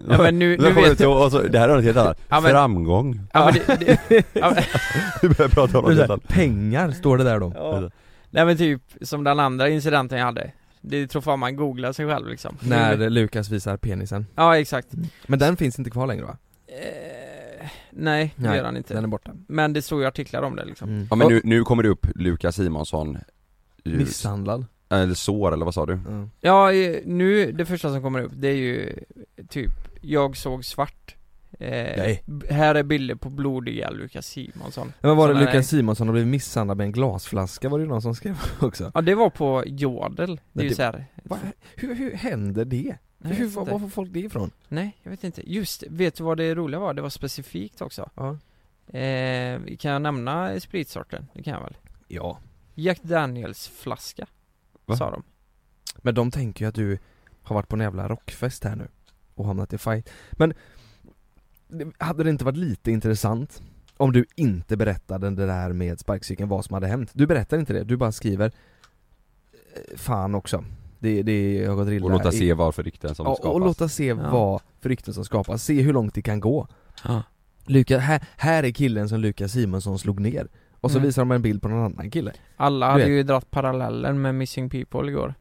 Speaker 3: Ja, men nu,
Speaker 2: Då
Speaker 3: nu
Speaker 2: kommer
Speaker 3: vet
Speaker 2: du
Speaker 3: jag.
Speaker 2: till- och så, det här är något helt annat,
Speaker 3: Ja, men-
Speaker 2: framgång,
Speaker 3: Ja, men det, det, ja, men-
Speaker 2: du börjar prata om något helt
Speaker 4: Såhär,
Speaker 2: annat
Speaker 4: pengar står det där då
Speaker 3: ja. Nej men typ som den andra incidenten jag hade. Det tror fan man googlar sig själv liksom.
Speaker 4: När Lukas visar penisen
Speaker 3: Ja exakt.
Speaker 4: Men den finns inte kvar längre va?
Speaker 3: Eh, nej, det
Speaker 4: Nej, Mm.
Speaker 3: gör han inte.
Speaker 4: Den är borta
Speaker 3: Men det stod ju artiklar om det liksom.
Speaker 2: Ja men nu, nu kommer det upp Lukas Simonsson
Speaker 4: Och
Speaker 2: ljus-
Speaker 4: Misshandlad
Speaker 2: Eller sår eller vad sa du?
Speaker 4: Ja.
Speaker 3: Ja, eh, nu, det första som kommer upp det är ju typ, jag såg svart. Eh,
Speaker 4: Nej.
Speaker 3: b- Här är bilder på blodiga Lukas Simonsson.
Speaker 4: Men var det
Speaker 3: Såna
Speaker 4: Lukas
Speaker 3: där-
Speaker 4: Simonsson har blivit misshandlad med en glasflaska var det ju någon som skrev också?
Speaker 3: Ja det var på Jodel, det är
Speaker 4: Men
Speaker 3: ju
Speaker 4: det-
Speaker 3: såhär
Speaker 4: Va? Hur, hur händer det?
Speaker 3: Nej,
Speaker 4: hur,
Speaker 3: jag vet
Speaker 4: var,
Speaker 3: inte.
Speaker 4: var får folk det ifrån?
Speaker 3: Nej, jag vet inte. Just vet du vad det roliga var? Det var specifikt också.
Speaker 4: Ja,
Speaker 3: Eh, kan jag nämna spritsorten? Det kan jag väl?
Speaker 4: ja.
Speaker 3: Jack Daniels flaska,
Speaker 2: Va?
Speaker 3: sa de.
Speaker 4: Men de tänker ju att du har varit på en jävla rockfest här nu och hamnat i fight. Men det- hade det inte varit lite intressant om du inte berättade det där med sparkcykeln, vad som hade hänt? Du berättar inte det, du bara skriver eh, Fan också, det, det har gått illa
Speaker 2: Och
Speaker 4: här."
Speaker 2: låta se varför rykten som
Speaker 4: ja,
Speaker 2: skapas
Speaker 4: och låta se vad för rykten som skapas, se hur långt det kan gå Luka, här, här är killen som Lukas Simonsson slog ner Och så
Speaker 3: Mm.
Speaker 4: visar de en bild på någon annan kille
Speaker 3: Alla hade
Speaker 4: vet.
Speaker 3: ju dratt parallellen med Missing People igår.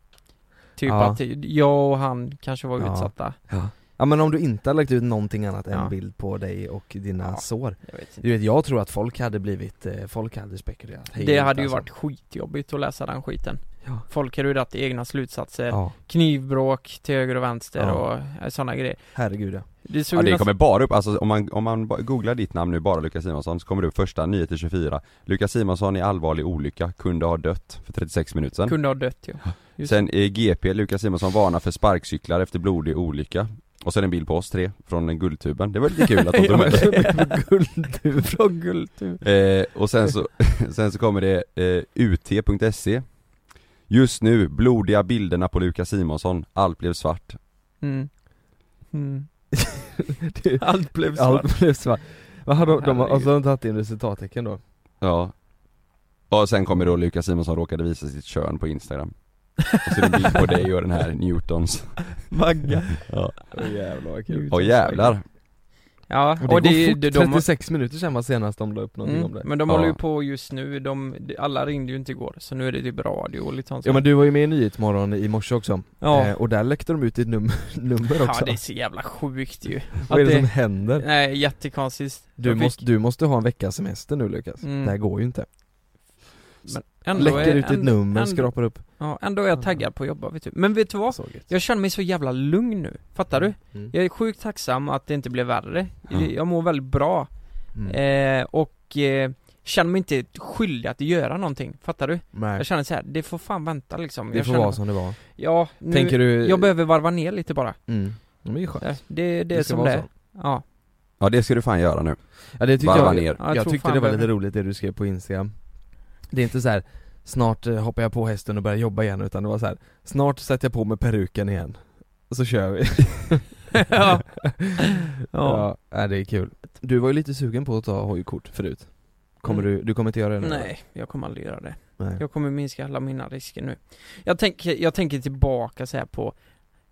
Speaker 3: Typ
Speaker 4: Ja.
Speaker 3: att jag och han kanske var
Speaker 4: Ja.
Speaker 3: utsatta.
Speaker 4: Ja, ja men om du inte hade lagt ut någonting annat än
Speaker 3: Ja.
Speaker 4: bild på dig och dina
Speaker 3: Ja.
Speaker 4: sår
Speaker 3: Jag vet inte.
Speaker 4: Du vet, jag tror att folk hade blivit, eh, folk hade spekulerat
Speaker 3: Det hade ju varit skitjobbigt att läsa den skiten.
Speaker 4: Ja.
Speaker 3: Folk har ju dragit egna slutsatser
Speaker 4: Ja,
Speaker 3: Knivbråk till höger och vänster
Speaker 4: Ja.
Speaker 3: och sådana grejer
Speaker 4: herregud ja.
Speaker 3: Det såg
Speaker 2: Ja,
Speaker 3: ju
Speaker 2: det
Speaker 3: nästan-
Speaker 2: kommer bara upp, alltså om man, om man ba- googlar ditt namn nu, bara Lukas Simonsson, så kommer det upp första 9 till 24 Lukas Simonsson i allvarlig olycka, kunde ha dött för 36 minuter sedan
Speaker 3: kunde ha dött ju just
Speaker 2: Sen eh, GP, Lukas Simonsson varnar för sparkcyklar efter blodig olycka Och sen en bild på oss tre, från en Guldtuben, det var lite kul att de tog med det
Speaker 3: Guldtub Från Guldtub
Speaker 2: Eh, och sen så, sen så kommer det eh, ut.se E. Just nu, blodiga bilderna på Lukas Simonsson, allt blev svart
Speaker 3: mm. Mm.
Speaker 4: Det-
Speaker 3: Allt blev svart
Speaker 4: Allt blev svart. Vad har de, de har,
Speaker 3: Herregud.
Speaker 4: och så har de tagit in resultattecken då?
Speaker 2: Ja Och sen kommer då Lukas Simonsson råkade visa sitt kön på Instagram Och så är det en bild på dig och den här Newtons
Speaker 3: Vagga
Speaker 2: Ja,
Speaker 4: Åh jävlar vad
Speaker 3: kul.
Speaker 2: Åh jävlar!
Speaker 3: Ja,
Speaker 4: Och det,
Speaker 3: och det,
Speaker 4: går
Speaker 3: är-
Speaker 4: fort,
Speaker 3: de, de,
Speaker 4: 36 minuter sedan var senast de la upp någonting om det
Speaker 3: mm, Men de
Speaker 2: Ja.
Speaker 3: håller ju på just nu, de, alla ringde ju inte igår Så nu är det typ radio och lite sånt
Speaker 4: Ja men du var ju med i Nyhetsmorgon i morse också,
Speaker 3: Ja.
Speaker 4: eh, och där läckte de ut ditt num- nummer också
Speaker 3: Ja det är så jävla sjukt ju
Speaker 4: Vad är
Speaker 3: att
Speaker 4: det, som
Speaker 3: det,
Speaker 4: händer?
Speaker 3: Nej jättekonstigt
Speaker 4: Du,
Speaker 3: Jag fick-
Speaker 4: måste, du måste ha en veckas semester nu Lukas,
Speaker 3: Mm.
Speaker 4: det här går ju inte
Speaker 3: ändå
Speaker 4: Läcker
Speaker 3: är-
Speaker 4: ut ditt
Speaker 3: ändå-
Speaker 4: nummer,
Speaker 3: ändå-
Speaker 4: skrapar upp
Speaker 3: Ja, ändå är jag taggad på att jobba vet du. Men vet du vad?
Speaker 4: såget
Speaker 3: Jag känner mig så jävla lugn nu, fattar du?
Speaker 4: Mm.
Speaker 3: Jag är sjukt tacksam att det inte blev värre.
Speaker 2: Ja.
Speaker 3: Jag mår väldigt bra
Speaker 4: Mm.
Speaker 3: eh, och eh, känner mig inte skyldig att göra någonting, fattar du?
Speaker 4: Nej,
Speaker 3: Jag känner så här, det får fan vänta liksom.
Speaker 4: det
Speaker 3: jag
Speaker 4: får
Speaker 3: känner,
Speaker 4: vara som det var
Speaker 3: Ja, nu,
Speaker 4: Tänker du...
Speaker 3: jag behöver varva ner lite bara.
Speaker 4: mm. Men det är skönt
Speaker 3: Eh, Det, det är
Speaker 4: Det ska
Speaker 3: som
Speaker 4: vara
Speaker 3: det är.
Speaker 4: så.
Speaker 3: Ja.
Speaker 2: Ja det ska du fan göra nu,
Speaker 4: Ja det tyckte
Speaker 2: varva
Speaker 4: jag,
Speaker 2: ner
Speaker 3: Ja,
Speaker 4: jag,
Speaker 3: tror
Speaker 4: tyckte
Speaker 3: fan
Speaker 4: det var
Speaker 3: jag-
Speaker 4: lite roligt det du skrev på Instagram Det är inte så här. snart eh, hoppar jag på hästen och börjar jobba igen utan det var så här. snart sätter jag på mig peruken igen och så kör vi
Speaker 3: ja. ja.
Speaker 4: Ja, nej, det är kul. Du var ju lite sugen på att ta hojkort förut. Kommer
Speaker 3: Mm.
Speaker 4: du, du kommer inte göra det nu?
Speaker 3: Nej, jag kommer aldrig göra det.
Speaker 4: Nej.
Speaker 3: Jag kommer minska alla mina risker nu. Jag tänker, jag tänker tillbaka så här på,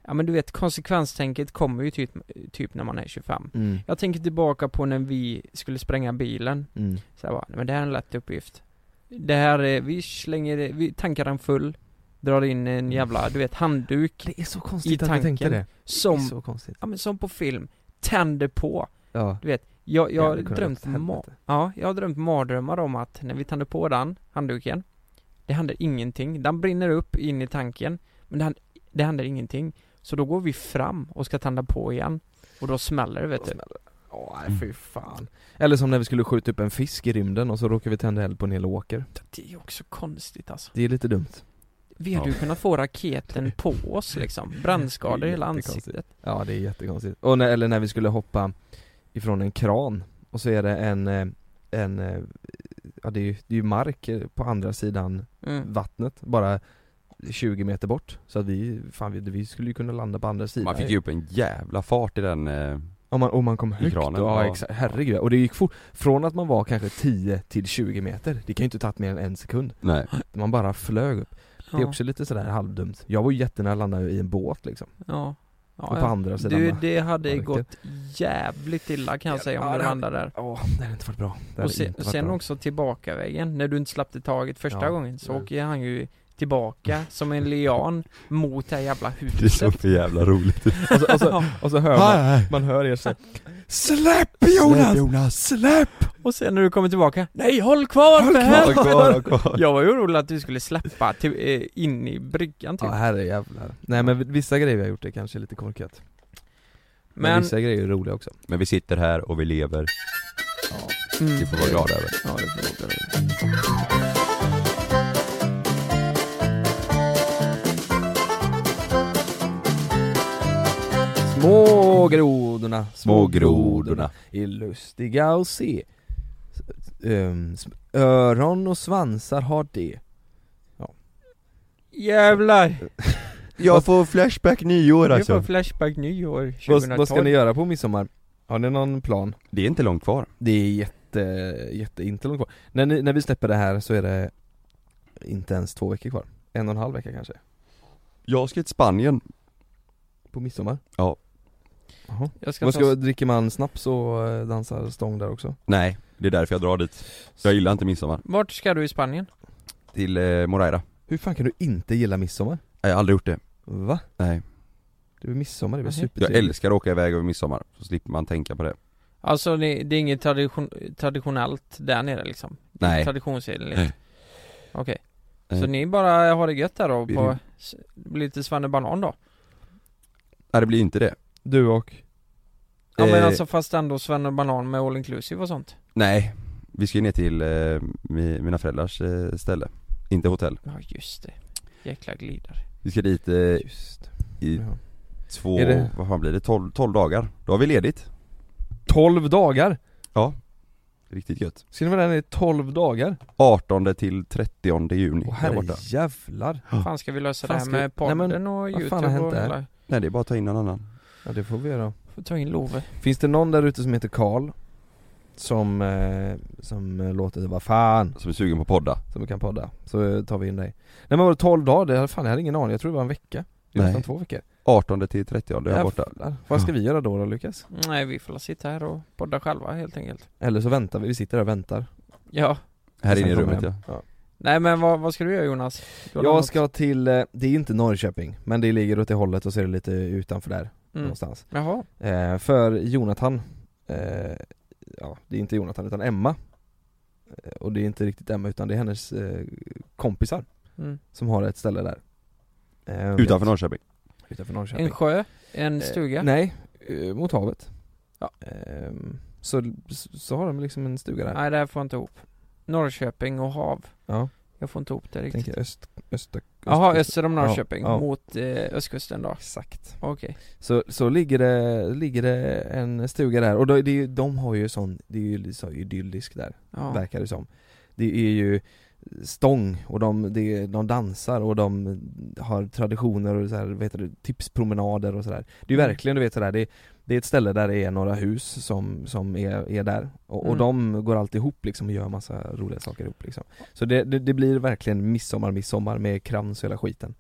Speaker 3: ja men du vet konsekvenstänket kommer ju typ, typ när man är 25.
Speaker 4: Mm.
Speaker 3: Jag tänker tillbaka på när vi skulle spränga bilen,
Speaker 4: Mm.
Speaker 3: så här bara, "Nej, men det här är en lätt uppgift. Det här, är- vi slänger, det- vi tankar den full, drar in en jävla, du vet handduk,
Speaker 4: Mm. Det är så
Speaker 3: I
Speaker 4: konstigt att du
Speaker 3: tanken.
Speaker 4: tänkte det. Det är
Speaker 3: som,
Speaker 4: så konstigt.
Speaker 3: ja men som på film, tänder på.
Speaker 4: Ja.
Speaker 3: Jag, jag
Speaker 4: Det
Speaker 3: har
Speaker 4: hade kunnat
Speaker 3: drömt
Speaker 4: gå åt
Speaker 3: ma-
Speaker 4: helvete.
Speaker 3: ja, jag har drömt mardrömmar om att när vi tänder på den handduken Det händer ingenting, den brinner upp in i tanken Men det händer, det händer ingenting Så då går vi fram och ska tända på igen Och då smäller det vet du
Speaker 4: Åh, nej, fy fan. Mm. Eller som när vi skulle skjuta upp en fisk i rymden och så råkade vi tända eld på en hel åker.
Speaker 3: Det är ju också konstigt alltså
Speaker 4: Det är lite dumt.
Speaker 3: Vi hade ju kunnat få raketen på oss liksom Brännskador i hela
Speaker 4: Jättekonstigt.
Speaker 3: ansiktet
Speaker 4: Ja, det är jättekonstigt. Och när, eller när vi skulle hoppa ifrån en kran och så är det en, eh, en eh, ja det är ju, det är ju mark eh, på andra sidan
Speaker 3: mm.
Speaker 4: vattnet bara 20 meter bort så att vi, fan vi, vi skulle ju kunna landa på andra sidan
Speaker 2: Man fick ju upp en jävla fart i den eh,
Speaker 4: Om man, om man kom högt,
Speaker 2: kranen,
Speaker 4: ja,
Speaker 2: ja.
Speaker 4: exakt, herregud och det gick fort Från att man var kanske 10 till 20 meter, det kan ju inte tagit mer än en sekund
Speaker 2: Nej,
Speaker 4: Man bara flög upp Det är
Speaker 3: ja,
Speaker 4: också lite sådär halvdumt Jag var ju jättenära att landa i en båt liksom,
Speaker 3: ja,
Speaker 4: och
Speaker 3: ja,
Speaker 4: på
Speaker 3: ja.
Speaker 4: andra sidan
Speaker 3: Du,
Speaker 4: bara,
Speaker 3: det hade
Speaker 4: marken.
Speaker 3: gått jävligt illa kan jag säga
Speaker 4: Ja,
Speaker 3: om du
Speaker 4: det hade-
Speaker 3: landade där
Speaker 4: Åh, det hade inte varit bra Det
Speaker 3: Och
Speaker 4: hade
Speaker 3: sen,
Speaker 4: inte varit
Speaker 3: sen
Speaker 4: bra.
Speaker 3: också tillbakavägen, när du inte släppte taget första
Speaker 4: Ja.
Speaker 3: gången så
Speaker 4: Mm.
Speaker 3: åker han ju tillbaka som en lian mot det här jävla huset
Speaker 2: det såg för jävla roligt ut
Speaker 4: och, så, och, så, och så hör man, man hör er säga Släpp Jonas! Släpp!
Speaker 3: Och sen när du kommer tillbaka, nej håll kvar för
Speaker 2: Håll
Speaker 3: helvete!
Speaker 2: kvar, håll kvar.
Speaker 3: Jag var ju orolig att du skulle släppa till, eh, in i bryggan typ
Speaker 4: Ja herrejävlar Nej men vissa grejer vi har gjort är kanske lite korkat Men,
Speaker 3: Men,
Speaker 4: vissa grejer är roliga också
Speaker 2: Men vi sitter här och vi lever,
Speaker 3: mm,
Speaker 2: vi får vara glada över
Speaker 3: ja, det får låta det.
Speaker 4: Små grodorna,
Speaker 2: Små grodorna
Speaker 4: är lustiga att se Ehm, sm- Öron och svansar har det
Speaker 3: Jävlar!
Speaker 2: Jag får flashback nyår alltså.
Speaker 3: Nu får Flashback nyår 2012
Speaker 4: vad, vad ska ni göra på midsommar? Har ni någon plan?
Speaker 2: Det är inte långt kvar
Speaker 4: Det är jätte, jätte, inte långt kvar när, ni, när vi släpper det här så är det inte ens två veckor kvar En och en halv vecka kanske,
Speaker 2: Jag ska till Spanien
Speaker 4: på midsommar
Speaker 2: Ja.
Speaker 4: Jaha.
Speaker 3: Jag ska
Speaker 4: Vad
Speaker 3: ta...
Speaker 4: ska, dricker man snaps och eh, dansar stång där också?
Speaker 2: Nej, det är därför jag drar dit Jag gillar inte midsommar
Speaker 3: Vart ska du i Spanien?
Speaker 2: Till eh, Moreira
Speaker 4: Hur fan kan du inte gilla midsommar?
Speaker 2: Nej, Jag har aldrig gjort det
Speaker 4: Va?
Speaker 2: Nej
Speaker 4: Det är midsommar, det är väl
Speaker 3: Nej.
Speaker 2: Jag
Speaker 4: supertrevligt?
Speaker 2: älskar att åka iväg över midsommar, så slipper man tänka på det
Speaker 3: Alltså det, det är inget tradition, traditionellt där nere liksom?
Speaker 2: Nej.
Speaker 3: Traditionsenligt? Okej Så
Speaker 2: Eh.
Speaker 3: ni bara har det gött där då
Speaker 2: Vi-
Speaker 3: på s- lite svennebanan då?
Speaker 2: Nej det blir inte det
Speaker 4: Du och?
Speaker 3: Ja men
Speaker 2: Eh,
Speaker 3: alltså fast ändå svennebanan med all inclusive och sånt?
Speaker 2: Nej, vi ska ju ner till eh, mi- mina föräldrars eh, ställe Inte hotell
Speaker 3: Ja just det, jäkla glidare
Speaker 2: Vi ska dit eh,
Speaker 4: Just
Speaker 2: i
Speaker 4: ja.
Speaker 2: två,
Speaker 4: Är det-
Speaker 2: vad fan blir det? 12, 12 dagar Då har vi ledigt
Speaker 4: 12 dagar!
Speaker 2: Riktigt gött
Speaker 4: Ska ni vara där nere i 12 dagar?
Speaker 2: 18 till 30 juni
Speaker 4: Åh
Speaker 2: där borta
Speaker 4: herrejävlar!
Speaker 3: Fan ska vi lösa
Speaker 4: Fan,
Speaker 3: det här
Speaker 4: ska-
Speaker 3: med
Speaker 4: Nej,
Speaker 3: podden
Speaker 4: men
Speaker 3: och
Speaker 4: fan
Speaker 3: youtube
Speaker 4: har hänt
Speaker 3: och
Speaker 4: där?
Speaker 3: hela...
Speaker 2: Nej det är bara att ta in någon annan
Speaker 4: Ja det får vi göra
Speaker 3: Får ta in Love
Speaker 4: Finns det någon där ute som heter Karl? Som, eh, som eh, låter det vara fan
Speaker 2: som är sugen på att podda
Speaker 4: som kan podda, så eh, tar vi in dig Nej men var det 12 dagar? Det hade, fan, jag hade ingen aning, jag tror det var en vecka Det är
Speaker 2: Nej.
Speaker 4: Nästan två veckor
Speaker 2: 18 till 30 där borta
Speaker 4: Jävlar. Vad ska vi göra då då Lukas?
Speaker 3: Nej vi får la sitta här och podda själva helt enkelt
Speaker 4: Eller så väntar vi, vi sitter där och väntar
Speaker 3: Ja,
Speaker 2: Här
Speaker 4: Sen
Speaker 2: inne i
Speaker 4: kommer
Speaker 2: rummet ja
Speaker 4: hem. ja.
Speaker 3: nej men vad, vad ska du göra Jonas? Du har
Speaker 4: Jag
Speaker 3: något-
Speaker 4: ska till, eh, det är inte Norrköping, men det ligger åt det hållet och så är det lite utanför där
Speaker 3: mm.
Speaker 4: någonstans
Speaker 3: Jaha,
Speaker 4: eh, För Jonathan, eh, ja det är inte Jonathan utan Emma eh, Och det är inte riktigt Emma utan det är hennes eh, kompisar
Speaker 3: mm.
Speaker 4: som har ett ställe där eh,
Speaker 2: Utanför Norrköping
Speaker 4: utanför Norrköping
Speaker 3: en sjö, en
Speaker 4: Eh,
Speaker 3: stuga
Speaker 4: Nej, eh, mot havet
Speaker 3: Ja.
Speaker 4: Ehm, så, så har de liksom en stuga där
Speaker 3: Nej det här får jag inte ihop Norrköping och hav
Speaker 4: Ja,
Speaker 3: Jag får inte ihop det
Speaker 4: jag
Speaker 3: riktigt
Speaker 4: tänker öst, öst, öst,
Speaker 3: Jaha, öster om
Speaker 4: Ja,
Speaker 3: Norrköping
Speaker 4: ja.
Speaker 3: mot eh, östkusten då
Speaker 4: Exakt
Speaker 3: Okej,
Speaker 4: Så, så ligger, det, ligger det en stuga där och då, är det, ju- de har ju sån, det är ju så idyllisk där,
Speaker 3: ja.
Speaker 4: verkar det som Det är ju stång och de, det, är- de dansar och de har traditioner och så här, vad heter det, tipspromenader och sådär Det är ju
Speaker 3: Mm.
Speaker 4: verkligen, du vet sådär, det, det är ett ställe där det är några hus som, som är, är där och, och
Speaker 3: Mm.
Speaker 4: de går alltid ihop liksom och gör massa roliga saker ihop liksom Så det, det, det blir verkligen midsommar, midsommar med krans och hela skiten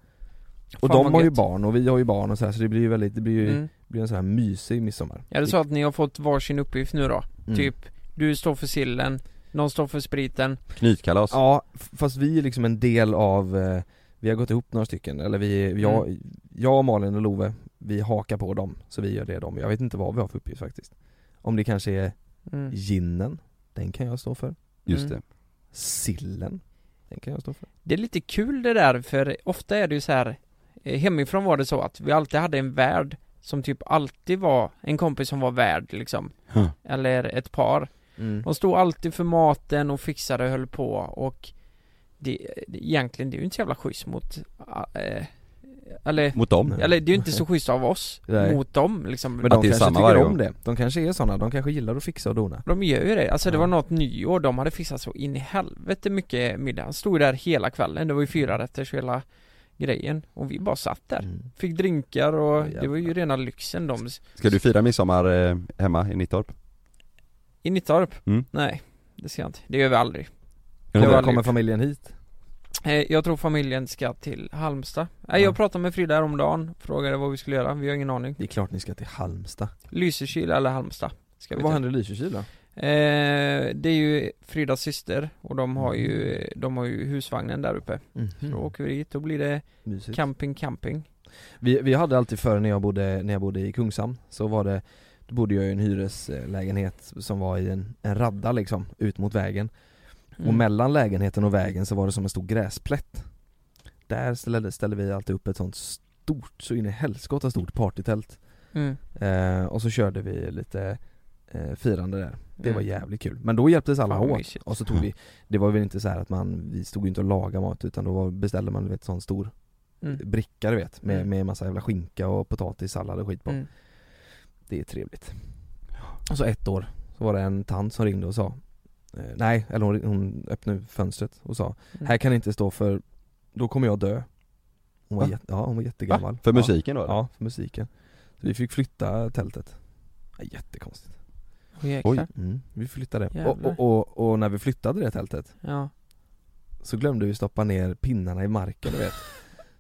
Speaker 4: Och
Speaker 3: Fan,
Speaker 4: de
Speaker 3: vad
Speaker 4: har ju
Speaker 3: gött.
Speaker 4: barn och vi har ju barn och sådär så det blir ju väldigt, det blir ju
Speaker 3: Mm.
Speaker 4: blir en sån här mysig midsommar
Speaker 3: Ja det är så att ni har fått varsin uppgift nu då?
Speaker 4: Mm.
Speaker 3: Typ, du står för sillen, någon står för spriten
Speaker 2: Knytkalas
Speaker 4: Ja, f- fast vi är liksom en del av, eh, vi har gått ihop några stycken, eller vi, jag, jag Malin och Love, vi hakar på dem, så vi gör det de, jag vet inte vad vi har för uppgift faktiskt Om det kanske är
Speaker 3: mm.
Speaker 4: ginen, den kan jag stå för,
Speaker 2: Just
Speaker 3: Mm.
Speaker 2: det
Speaker 4: sillen, den kan jag stå för
Speaker 3: Det är lite kul det där för ofta är det ju så här eh, Hemifrån var det så att vi alltid hade en värd Som typ alltid var en kompis som var värd liksom
Speaker 2: Huh.
Speaker 3: Eller ett par De stod alltid för maten och fixade och höll på och det, det, Egentligen det är ju inte så jävla schysst mot eh, Eller,
Speaker 2: Mot dem
Speaker 4: Nej.
Speaker 3: eller det är ju inte så schysst av oss
Speaker 4: Nej.
Speaker 3: Mot dem liksom
Speaker 4: Men
Speaker 2: Att
Speaker 4: de
Speaker 2: det är
Speaker 4: kanske
Speaker 2: samma
Speaker 4: tycker
Speaker 2: varje
Speaker 4: om
Speaker 2: gång.
Speaker 4: det, de kanske är sådana, de kanske gillar att fixa och dona
Speaker 3: De gör ju det, alltså det
Speaker 4: Ja.
Speaker 3: var något nyår, de hade fixat så in i helvete mycket middag Han stod där hela kvällen, det var ju fyra rätters och hela grejen Och vi bara satt där
Speaker 4: Mm.
Speaker 3: Fick drinkar och
Speaker 4: Ja,
Speaker 3: det var ju rena lyxen de
Speaker 2: Ska du fira midsommar eh, hemma i Nittorp?
Speaker 3: I Nittorp?
Speaker 2: Mm.
Speaker 3: Nej, det ska jag inte, det gör vi aldrig
Speaker 2: Gör
Speaker 3: det
Speaker 2: du
Speaker 3: var
Speaker 4: Då
Speaker 2: det?
Speaker 4: kommer familjen hit
Speaker 3: Eh, Jag tror familjen ska till Halmstad Nej
Speaker 4: Ja.
Speaker 3: jag pratade med Frida häromdagen, frågade vad vi skulle göra, vi har ingen aning
Speaker 4: Det är klart ni ska till Halmstad
Speaker 3: Lysekil eller Halmstad ska vi
Speaker 4: Vad
Speaker 3: till.
Speaker 4: händer i Lysekil då?
Speaker 3: Eh, det är ju Fridas syster och de har ju,
Speaker 4: Mm.
Speaker 3: de har ju husvagnen där uppe.
Speaker 4: Mhm.
Speaker 3: Då åker vi dit, då blir det
Speaker 4: Mysigt
Speaker 3: camping, camping
Speaker 4: Vi, vi hade alltid förr när jag bodde, när jag bodde i Kungshamn, så var det Då bodde jag i en hyreslägenhet som var i en, en radda liksom, ut mot vägen
Speaker 3: Mm.
Speaker 4: Och mellan lägenheten och vägen så var det som en stor gräsplätt Där ställde, ställde vi alltid upp ett sånt stort, så in i helskotta stort partytält
Speaker 3: Mm.
Speaker 4: eh, Och så körde vi lite eh, firande där, det
Speaker 3: Mm.
Speaker 4: var jävligt kul Men då hjälptes alla
Speaker 3: Fan, vad
Speaker 4: åt
Speaker 3: mysigt.
Speaker 4: och så tog vi Det var väl inte så här att man, vi stod ju inte och lagade mat utan då var, beställde man du vet sån stor
Speaker 3: Mm.
Speaker 4: bricka du vet med,
Speaker 3: Mm.
Speaker 4: med massa jävla skinka och potatis, sallad och skit på
Speaker 3: Mm.
Speaker 4: Det är trevligt Och så ett år så var det en tant som ringde och sa eh, Nej, eller hon, hon öppnade fönstret och sa
Speaker 3: Mm.
Speaker 4: Här kan ni inte stå för då kommer jag dö Hon var,
Speaker 2: Va?
Speaker 4: jätte, ja, hon var jättegammal
Speaker 2: För musiken då
Speaker 4: Ja,
Speaker 2: eller?
Speaker 4: ja, för musiken Så vi fick flytta tältet Ja, Jättekonstigt
Speaker 3: Åh, jäklar.
Speaker 2: Oj.
Speaker 4: mm. Vi flyttade det och,
Speaker 3: Jävlar.
Speaker 4: och, och, och när vi flyttade det tältet
Speaker 3: Ja.
Speaker 4: så glömde vi stoppa ner pinnarna i marken du vet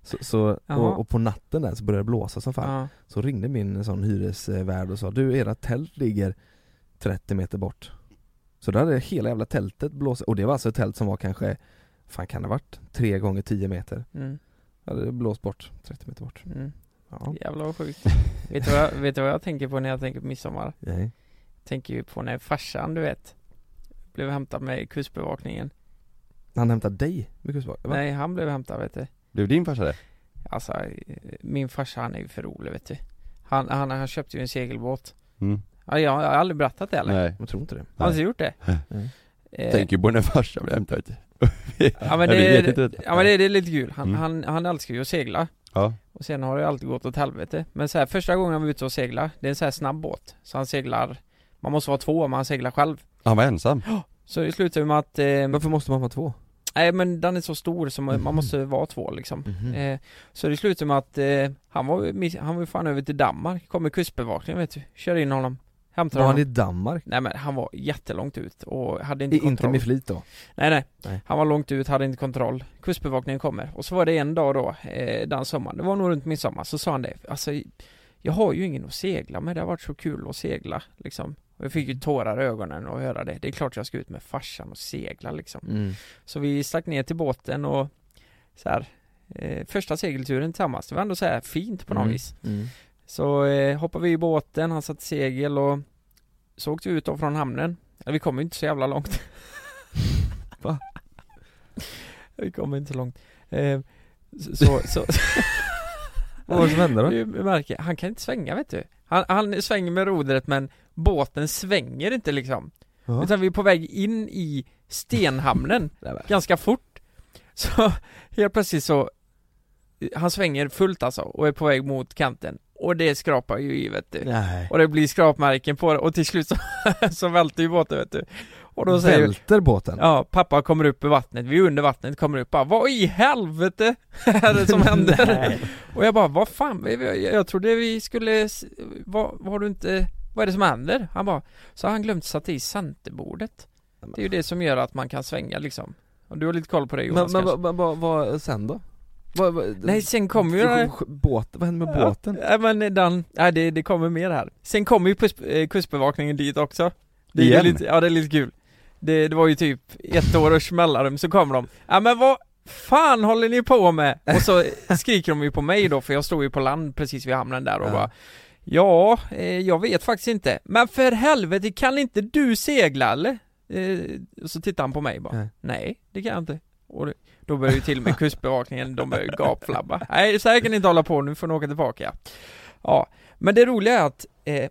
Speaker 4: så, så,
Speaker 3: Jaha.
Speaker 4: och, och på natten där så började det blåsa som fan
Speaker 3: Ja.
Speaker 4: Så ringde min sån hyresvärd och sa du era tält ligger 30 meter bort Så då hade hela jävla tältet blåst och det var alltså ett tält som var kanske Fan kan det ha varit? 3 gånger 10 meter
Speaker 3: Mm.
Speaker 4: Ja, det blåst bort 30 meter bort
Speaker 3: Mm.
Speaker 4: Ja,
Speaker 3: Jävlar vad sjukt vet, du vad jag, vet du vad jag tänker på när jag tänker på midsommar?
Speaker 4: nej
Speaker 3: Tänker ju på när farsan du vet Blev hämtad med kustbevakningen
Speaker 4: Han hämtade dig vid Kustbacken? va?
Speaker 3: Nej, han blev hämtad vet du
Speaker 2: Blev din farsa det?
Speaker 3: Alltså, eh, min farsa han är ju för rolig vet du Han, han, han köpte ju en segelbåt
Speaker 2: Mm.
Speaker 3: ja, Jag har aldrig berättat det eller?
Speaker 2: Nej.
Speaker 4: Jag tror inte det.
Speaker 3: Har inte gjort det?
Speaker 4: Nej.
Speaker 3: Eh,
Speaker 2: Tänker ju på när farsan blev hämtad vet du.
Speaker 3: Ja men
Speaker 2: Ja, vi
Speaker 3: det,
Speaker 2: vet inte detta.
Speaker 3: ja, men det, det är lite kul, han,
Speaker 2: Mm.
Speaker 3: han, han älskar ju att segla
Speaker 2: Ja.
Speaker 3: Och sen har det alltid gått åt helvete Men så här, första gången han var ute och segla Det är en så här snabb båt Så han seglar Man måste vara två om han seglar själv
Speaker 2: Han var ensam?
Speaker 3: Så det slutar med att eh,
Speaker 4: Varför måste man vara två?
Speaker 3: Nej men den är så stor så man, man måste vara två liksom
Speaker 4: Mm.
Speaker 3: eh, Så det slutar med att eh, Han var ju miss- han var ju fan över till Danmark Kommer kustbevakningen vet du Kör in honom Hämtar
Speaker 4: Var han
Speaker 3: honom
Speaker 4: i Danmark?
Speaker 3: Nej men han var jättelångt ut och hade inte
Speaker 4: I, inte
Speaker 3: kontroll
Speaker 4: med flit då?
Speaker 3: Nej, nej
Speaker 4: Nej.
Speaker 3: Han var långt ut, hade inte kontroll Kustbevakningen kommer och så var det en dag då eh, den sommaren, det var nog runt midsommar, så sa han det Alltså Jag har ju ingen att segla med, det har varit så kul att segla liksom och jag fick ju tårar i ögonen och höra det. Det är klart jag ska ut med farsan och segla liksom.
Speaker 4: Mm.
Speaker 3: Så vi stack ner till båten och så här, eh, första segelturen tillsammans. Det var ändå så här fint på något
Speaker 4: Mm.
Speaker 3: vis. Så eh, hoppade vi i båten, han satte segel och så åkte vi ut då från hamnen. Ja, vi kom ju inte så jävla långt.
Speaker 4: Va?
Speaker 3: vi kom inte så långt. Eh, så, så, så
Speaker 4: Vad var det som hände då?
Speaker 3: du märker, han kan inte svänga vet du. Han, han svänger med rodret men båten svänger inte liksom.
Speaker 4: Ja.
Speaker 3: Utan vi är på väg in i stenhamnen
Speaker 4: Nej, men.
Speaker 3: ganska fort. Så helt plötsligt så han svänger fullt alltså och är på väg mot kanten och det skrapar ju i vet du.
Speaker 4: Nej.
Speaker 3: Och det blir skrapmärken på det och till slut så, så välter ju båten vet du. Och då säger
Speaker 4: Välter båten?
Speaker 3: Ja, pappa kommer upp i vattnet, vi är under vattnet, kommer upp bara Vad i helvete är det som händer? och jag bara, vad fan, jag, jag trodde vi skulle, s- vad, vad har du inte, vad är det som händer? Han bara, så har han glömt sätta i centerbordet Det är ju det som gör att man kan svänga liksom Och du har lite koll på det
Speaker 4: Men,
Speaker 3: Jonas
Speaker 4: men
Speaker 3: kanske?
Speaker 4: vad, vad, vad, vad sen då? Vad, vad,
Speaker 3: Nej, sen kommer ju
Speaker 4: Båt, vad hände med båten?
Speaker 3: Ja, nej, men den, nej det, det kommer mer här. Sen kommer ju kus- eh, kustbevakningen dit också. Det är ju
Speaker 2: Igen?
Speaker 3: lite, ja det är lite kul. Det, det var ju typ ett års mellanrum så kommer de. Ja men vad fan håller ni på med? Och så skriker de ju på mig då för jag stod ju på land precis vid hamnen där och
Speaker 4: Ja.
Speaker 3: bara Ja, eh, jag vet faktiskt inte. Men för helvete kan inte du segla eller? Eh, och så tittar han på mig bara.
Speaker 4: Nej.
Speaker 3: Nej, det kan jag inte. Och det- då börjar ju till och med kustbevakningen, de börjar ju gapflabba. Nej, så här kan ni inte hålla på, nu får ni åka tillbaka. Ja, men det roliga är att eh,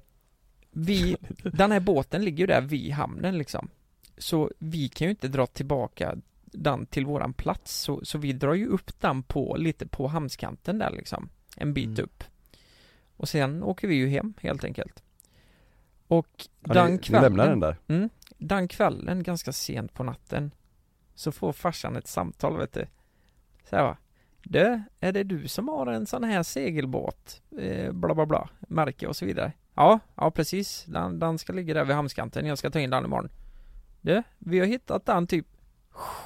Speaker 3: vi, den här båten ligger ju där vid hamnen liksom. Så vi kan ju inte dra tillbaka den till våran plats, så, så vi drar ju upp den på, lite på hamnskanten där liksom. En bit
Speaker 4: Mm.
Speaker 3: upp. Och sen åker vi ju hem helt enkelt. Och
Speaker 2: Ja,
Speaker 3: den
Speaker 2: ni, ni
Speaker 3: kvällen
Speaker 2: lämnar den där?
Speaker 3: den kvällen, ganska sent på natten Så får farsan ett samtal vet du Så här va Du, är det du som har en sån här segelbåt? Eh, bla bla bla, märke och så vidare Ja, ja precis, den, den ska ligga där vid hamnskanten, jag ska ta in den imorgon Du, vi har hittat den typ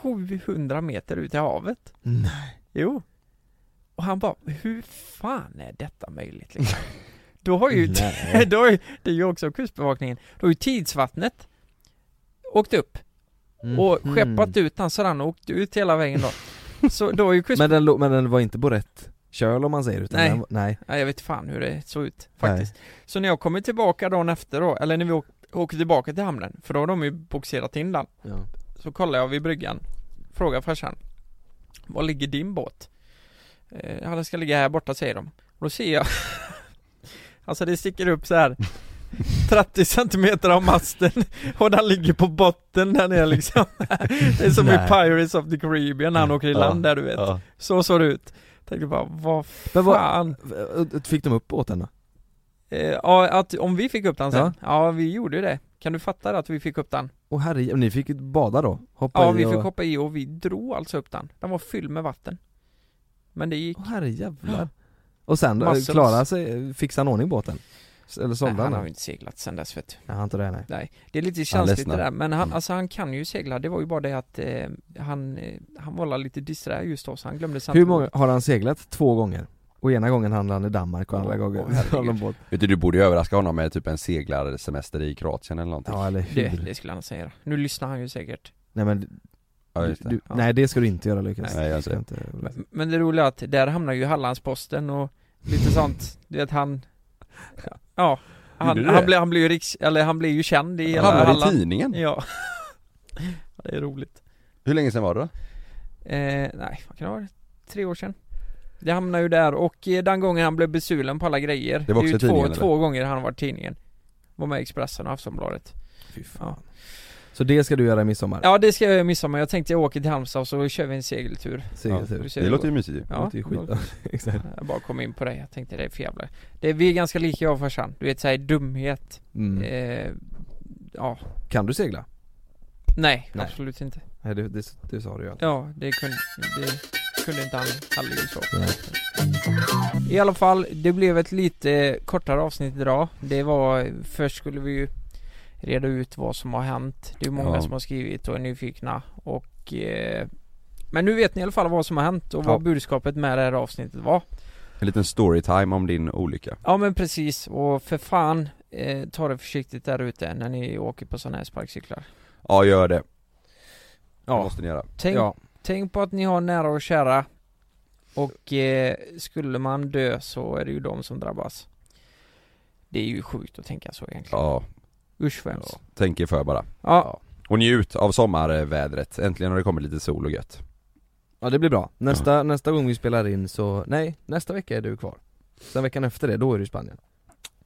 Speaker 3: 700 meter ut i havet
Speaker 4: Nej.
Speaker 3: Jo Och han bara, hur fan är detta möjligt liksom? Då har ju då har ju, det är ju också kustbevakningen, då har ju tidsvattnet åkt upp
Speaker 4: Mm.
Speaker 3: och typ- skeppat ut den så den åkte ut hela vägen då. Så då är ju kustbevakningen,
Speaker 4: Mm. Men den, lå- men den var inte på rätt köl om man säger utan
Speaker 3: Nej.
Speaker 4: Den, var- nej.
Speaker 3: ja, jag vet fan hur det såg ut faktiskt. Så när jag kommer tillbaka dagen efter då, eller när vi åk, åker tillbaka till hamnen, för då har de ju boxerat in den,
Speaker 4: Ja.
Speaker 3: så kollar jag vid bryggan, frågar farsan, var ligger din båt? Eh, ja, den ska ligga här borta säger de. Och då ser jag, alltså det sticker upp så här 30 centimeter av masten och den ligger på botten där nere liksom Det är som i
Speaker 4: Nej.
Speaker 3: Pirates of the Caribbean när han åker i
Speaker 2: Ja,
Speaker 3: land där du vet
Speaker 2: Ja.
Speaker 3: Så såg det ut Tänkte bara, vad
Speaker 4: Men vad-
Speaker 3: fan
Speaker 4: Fick de upp båten då?
Speaker 3: eh, Ja, att om vi fick upp den sen?
Speaker 4: Ja.
Speaker 3: Ja, vi gjorde ju det Kan du fatta det att vi fick upp den?
Speaker 4: Och herre, ni fick bada då? Hoppa
Speaker 3: Ja,
Speaker 4: i
Speaker 3: vi
Speaker 4: och...
Speaker 3: fick hoppa i och vi drog alltså upp den Den var fylld med vatten Men det gick
Speaker 4: Åh herrejävlar Och sen eh,
Speaker 3: Muscles.
Speaker 4: klara sig, fixa en ordning båten? S- Eller
Speaker 3: Nej,
Speaker 4: sålde
Speaker 3: han har ju
Speaker 4: han den?
Speaker 3: inte seglat sen dess vet du
Speaker 4: Nej han inte det nej
Speaker 3: Nej, det är lite känsligt det
Speaker 2: ledsnar.
Speaker 3: där men han,
Speaker 2: Mm.
Speaker 3: alltså, han kan ju segla, det var ju bara det att eh, han, eh, han var lite disträ just då så han glömde
Speaker 4: Hur
Speaker 3: samtidigt.
Speaker 4: många, har han seglat två gånger? Och ena gången handlade han i Danmark och andra
Speaker 3: Åh,
Speaker 4: gången
Speaker 3: åh, herregud.
Speaker 4: handlade han båt
Speaker 2: Vet du, du borde ju överraska honom med typ en seglarsemester i Kroatien eller någonting
Speaker 4: Ja eller
Speaker 3: Det,
Speaker 4: hur?
Speaker 3: det skulle han säga. Nu lyssnar han ju säkert.
Speaker 4: Nej men,
Speaker 2: Ja,
Speaker 4: du,
Speaker 2: just det.
Speaker 4: du, nej det ska du inte göra Lukas
Speaker 2: Nej, jag
Speaker 4: Det ska
Speaker 2: ser.
Speaker 4: inte-
Speaker 3: Men, men det roliga är att där hamnar ju Hallandsposten och lite sånt, du vet han Ja, han,
Speaker 2: Gjorde du
Speaker 3: han,
Speaker 2: det?
Speaker 3: blev, han blev ju riks, eller han blev ju känd i hela
Speaker 2: Hamnade i
Speaker 3: Halland.
Speaker 2: tidningen?
Speaker 3: Ja. ja. Det är roligt.
Speaker 2: Hur länge sedan var det då?
Speaker 3: eh, nej vad kan det vara, tre år sedan Det hamnade ju där och eh, den gången han blev besulen på alla grejer
Speaker 2: Det var
Speaker 3: är ju
Speaker 2: också i
Speaker 3: två,
Speaker 2: tidningen,
Speaker 3: två gånger han har varit i tidningen Var med i Expressen och Aftonbladet
Speaker 4: Fy fan. Så det ska du göra i midsommar?
Speaker 3: Ja det ska jag göra i midsommar, jag tänkte jag åker till Halmstad och så kör vi en segeltur
Speaker 4: Segeltur.
Speaker 3: ser
Speaker 2: Det
Speaker 3: jag.
Speaker 2: låter ju mysigt ju
Speaker 3: Ja,
Speaker 4: Det är skit. Exakt.
Speaker 3: jag bara kom in på det, jag tänkte det är för jävla det, Vi är ganska lika jag och farsan, du vet såhär dumhet
Speaker 4: Mm.
Speaker 3: eh, Ja,
Speaker 4: Kan du segla?
Speaker 3: nej,
Speaker 4: Nej.
Speaker 3: absolut inte
Speaker 4: Nej det, det, det sa du ju alltid.
Speaker 3: Ja, det kunde, det kunde inte han aldrig så I alla fall, det blev ett lite kortare avsnitt idag Det var, först skulle vi ju reda ut vad som har hänt Det är många
Speaker 2: Ja.
Speaker 3: som har skrivit och är nyfikna och eh, Men nu vet ni i alla fall vad som har hänt och vad
Speaker 4: Ja.
Speaker 3: budskapet med det här avsnittet var
Speaker 2: En liten storytime om din olycka
Speaker 3: Ja men precis, och för fan eh, Ta det försiktigt där ute när ni åker på sådana här sparkcyklar
Speaker 2: Ja gör det, det
Speaker 4: Ja.
Speaker 2: måste ni göra
Speaker 3: Tänk,
Speaker 4: ja.
Speaker 3: tänk på att ni har nära och kära Och eh, skulle man dö så är det ju de som drabbas Det är ju sjukt att tänka så egentligen
Speaker 2: Ja,
Speaker 3: Usch vad hemskt
Speaker 2: ja. tänk er för bara
Speaker 3: Ja,
Speaker 2: Och njut av sommarvädret, äntligen har det kommit lite sol och gött
Speaker 4: Ja det blir bra. Nästa, nästa gång vi spelar in så, nej, nästa vecka är du kvar. Sen veckan efter det, då är du i Spanien.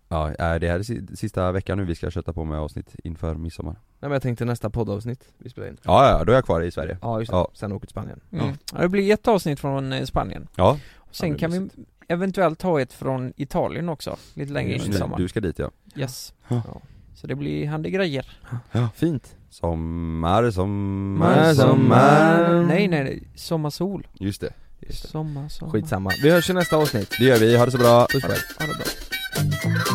Speaker 2: Ja, eh, det här är si- sista veckan nu vi ska köta på med avsnitt inför midsommar
Speaker 4: Nej men jag tänkte nästa poddavsnitt vi spelar in.
Speaker 2: Ja, ja, då är jag kvar i Sverige
Speaker 4: Ja just det.
Speaker 2: Ja.
Speaker 4: sen åker till Spanien.
Speaker 3: mm. ja. det blir ett avsnitt från eh, Spanien
Speaker 2: Ja,
Speaker 3: Sen
Speaker 4: det
Speaker 3: kan vi eventuellt ta ett från Italien också Lite längre in i
Speaker 2: just det.
Speaker 3: sommar
Speaker 2: du ska dit ja
Speaker 3: Yes
Speaker 2: Ja.
Speaker 3: Så det blir händiga grejer
Speaker 4: Fint.
Speaker 2: Sommar, sommar,
Speaker 4: Sommar, sommar.
Speaker 3: Nej nej, nej. sommarsol
Speaker 2: Just det,
Speaker 3: Sommar, sommar
Speaker 4: Skitsamma. Vi hörs i nästa avsnitt.
Speaker 2: det gör vi, ha det så bra!
Speaker 4: Puss på er.
Speaker 3: Ha det bra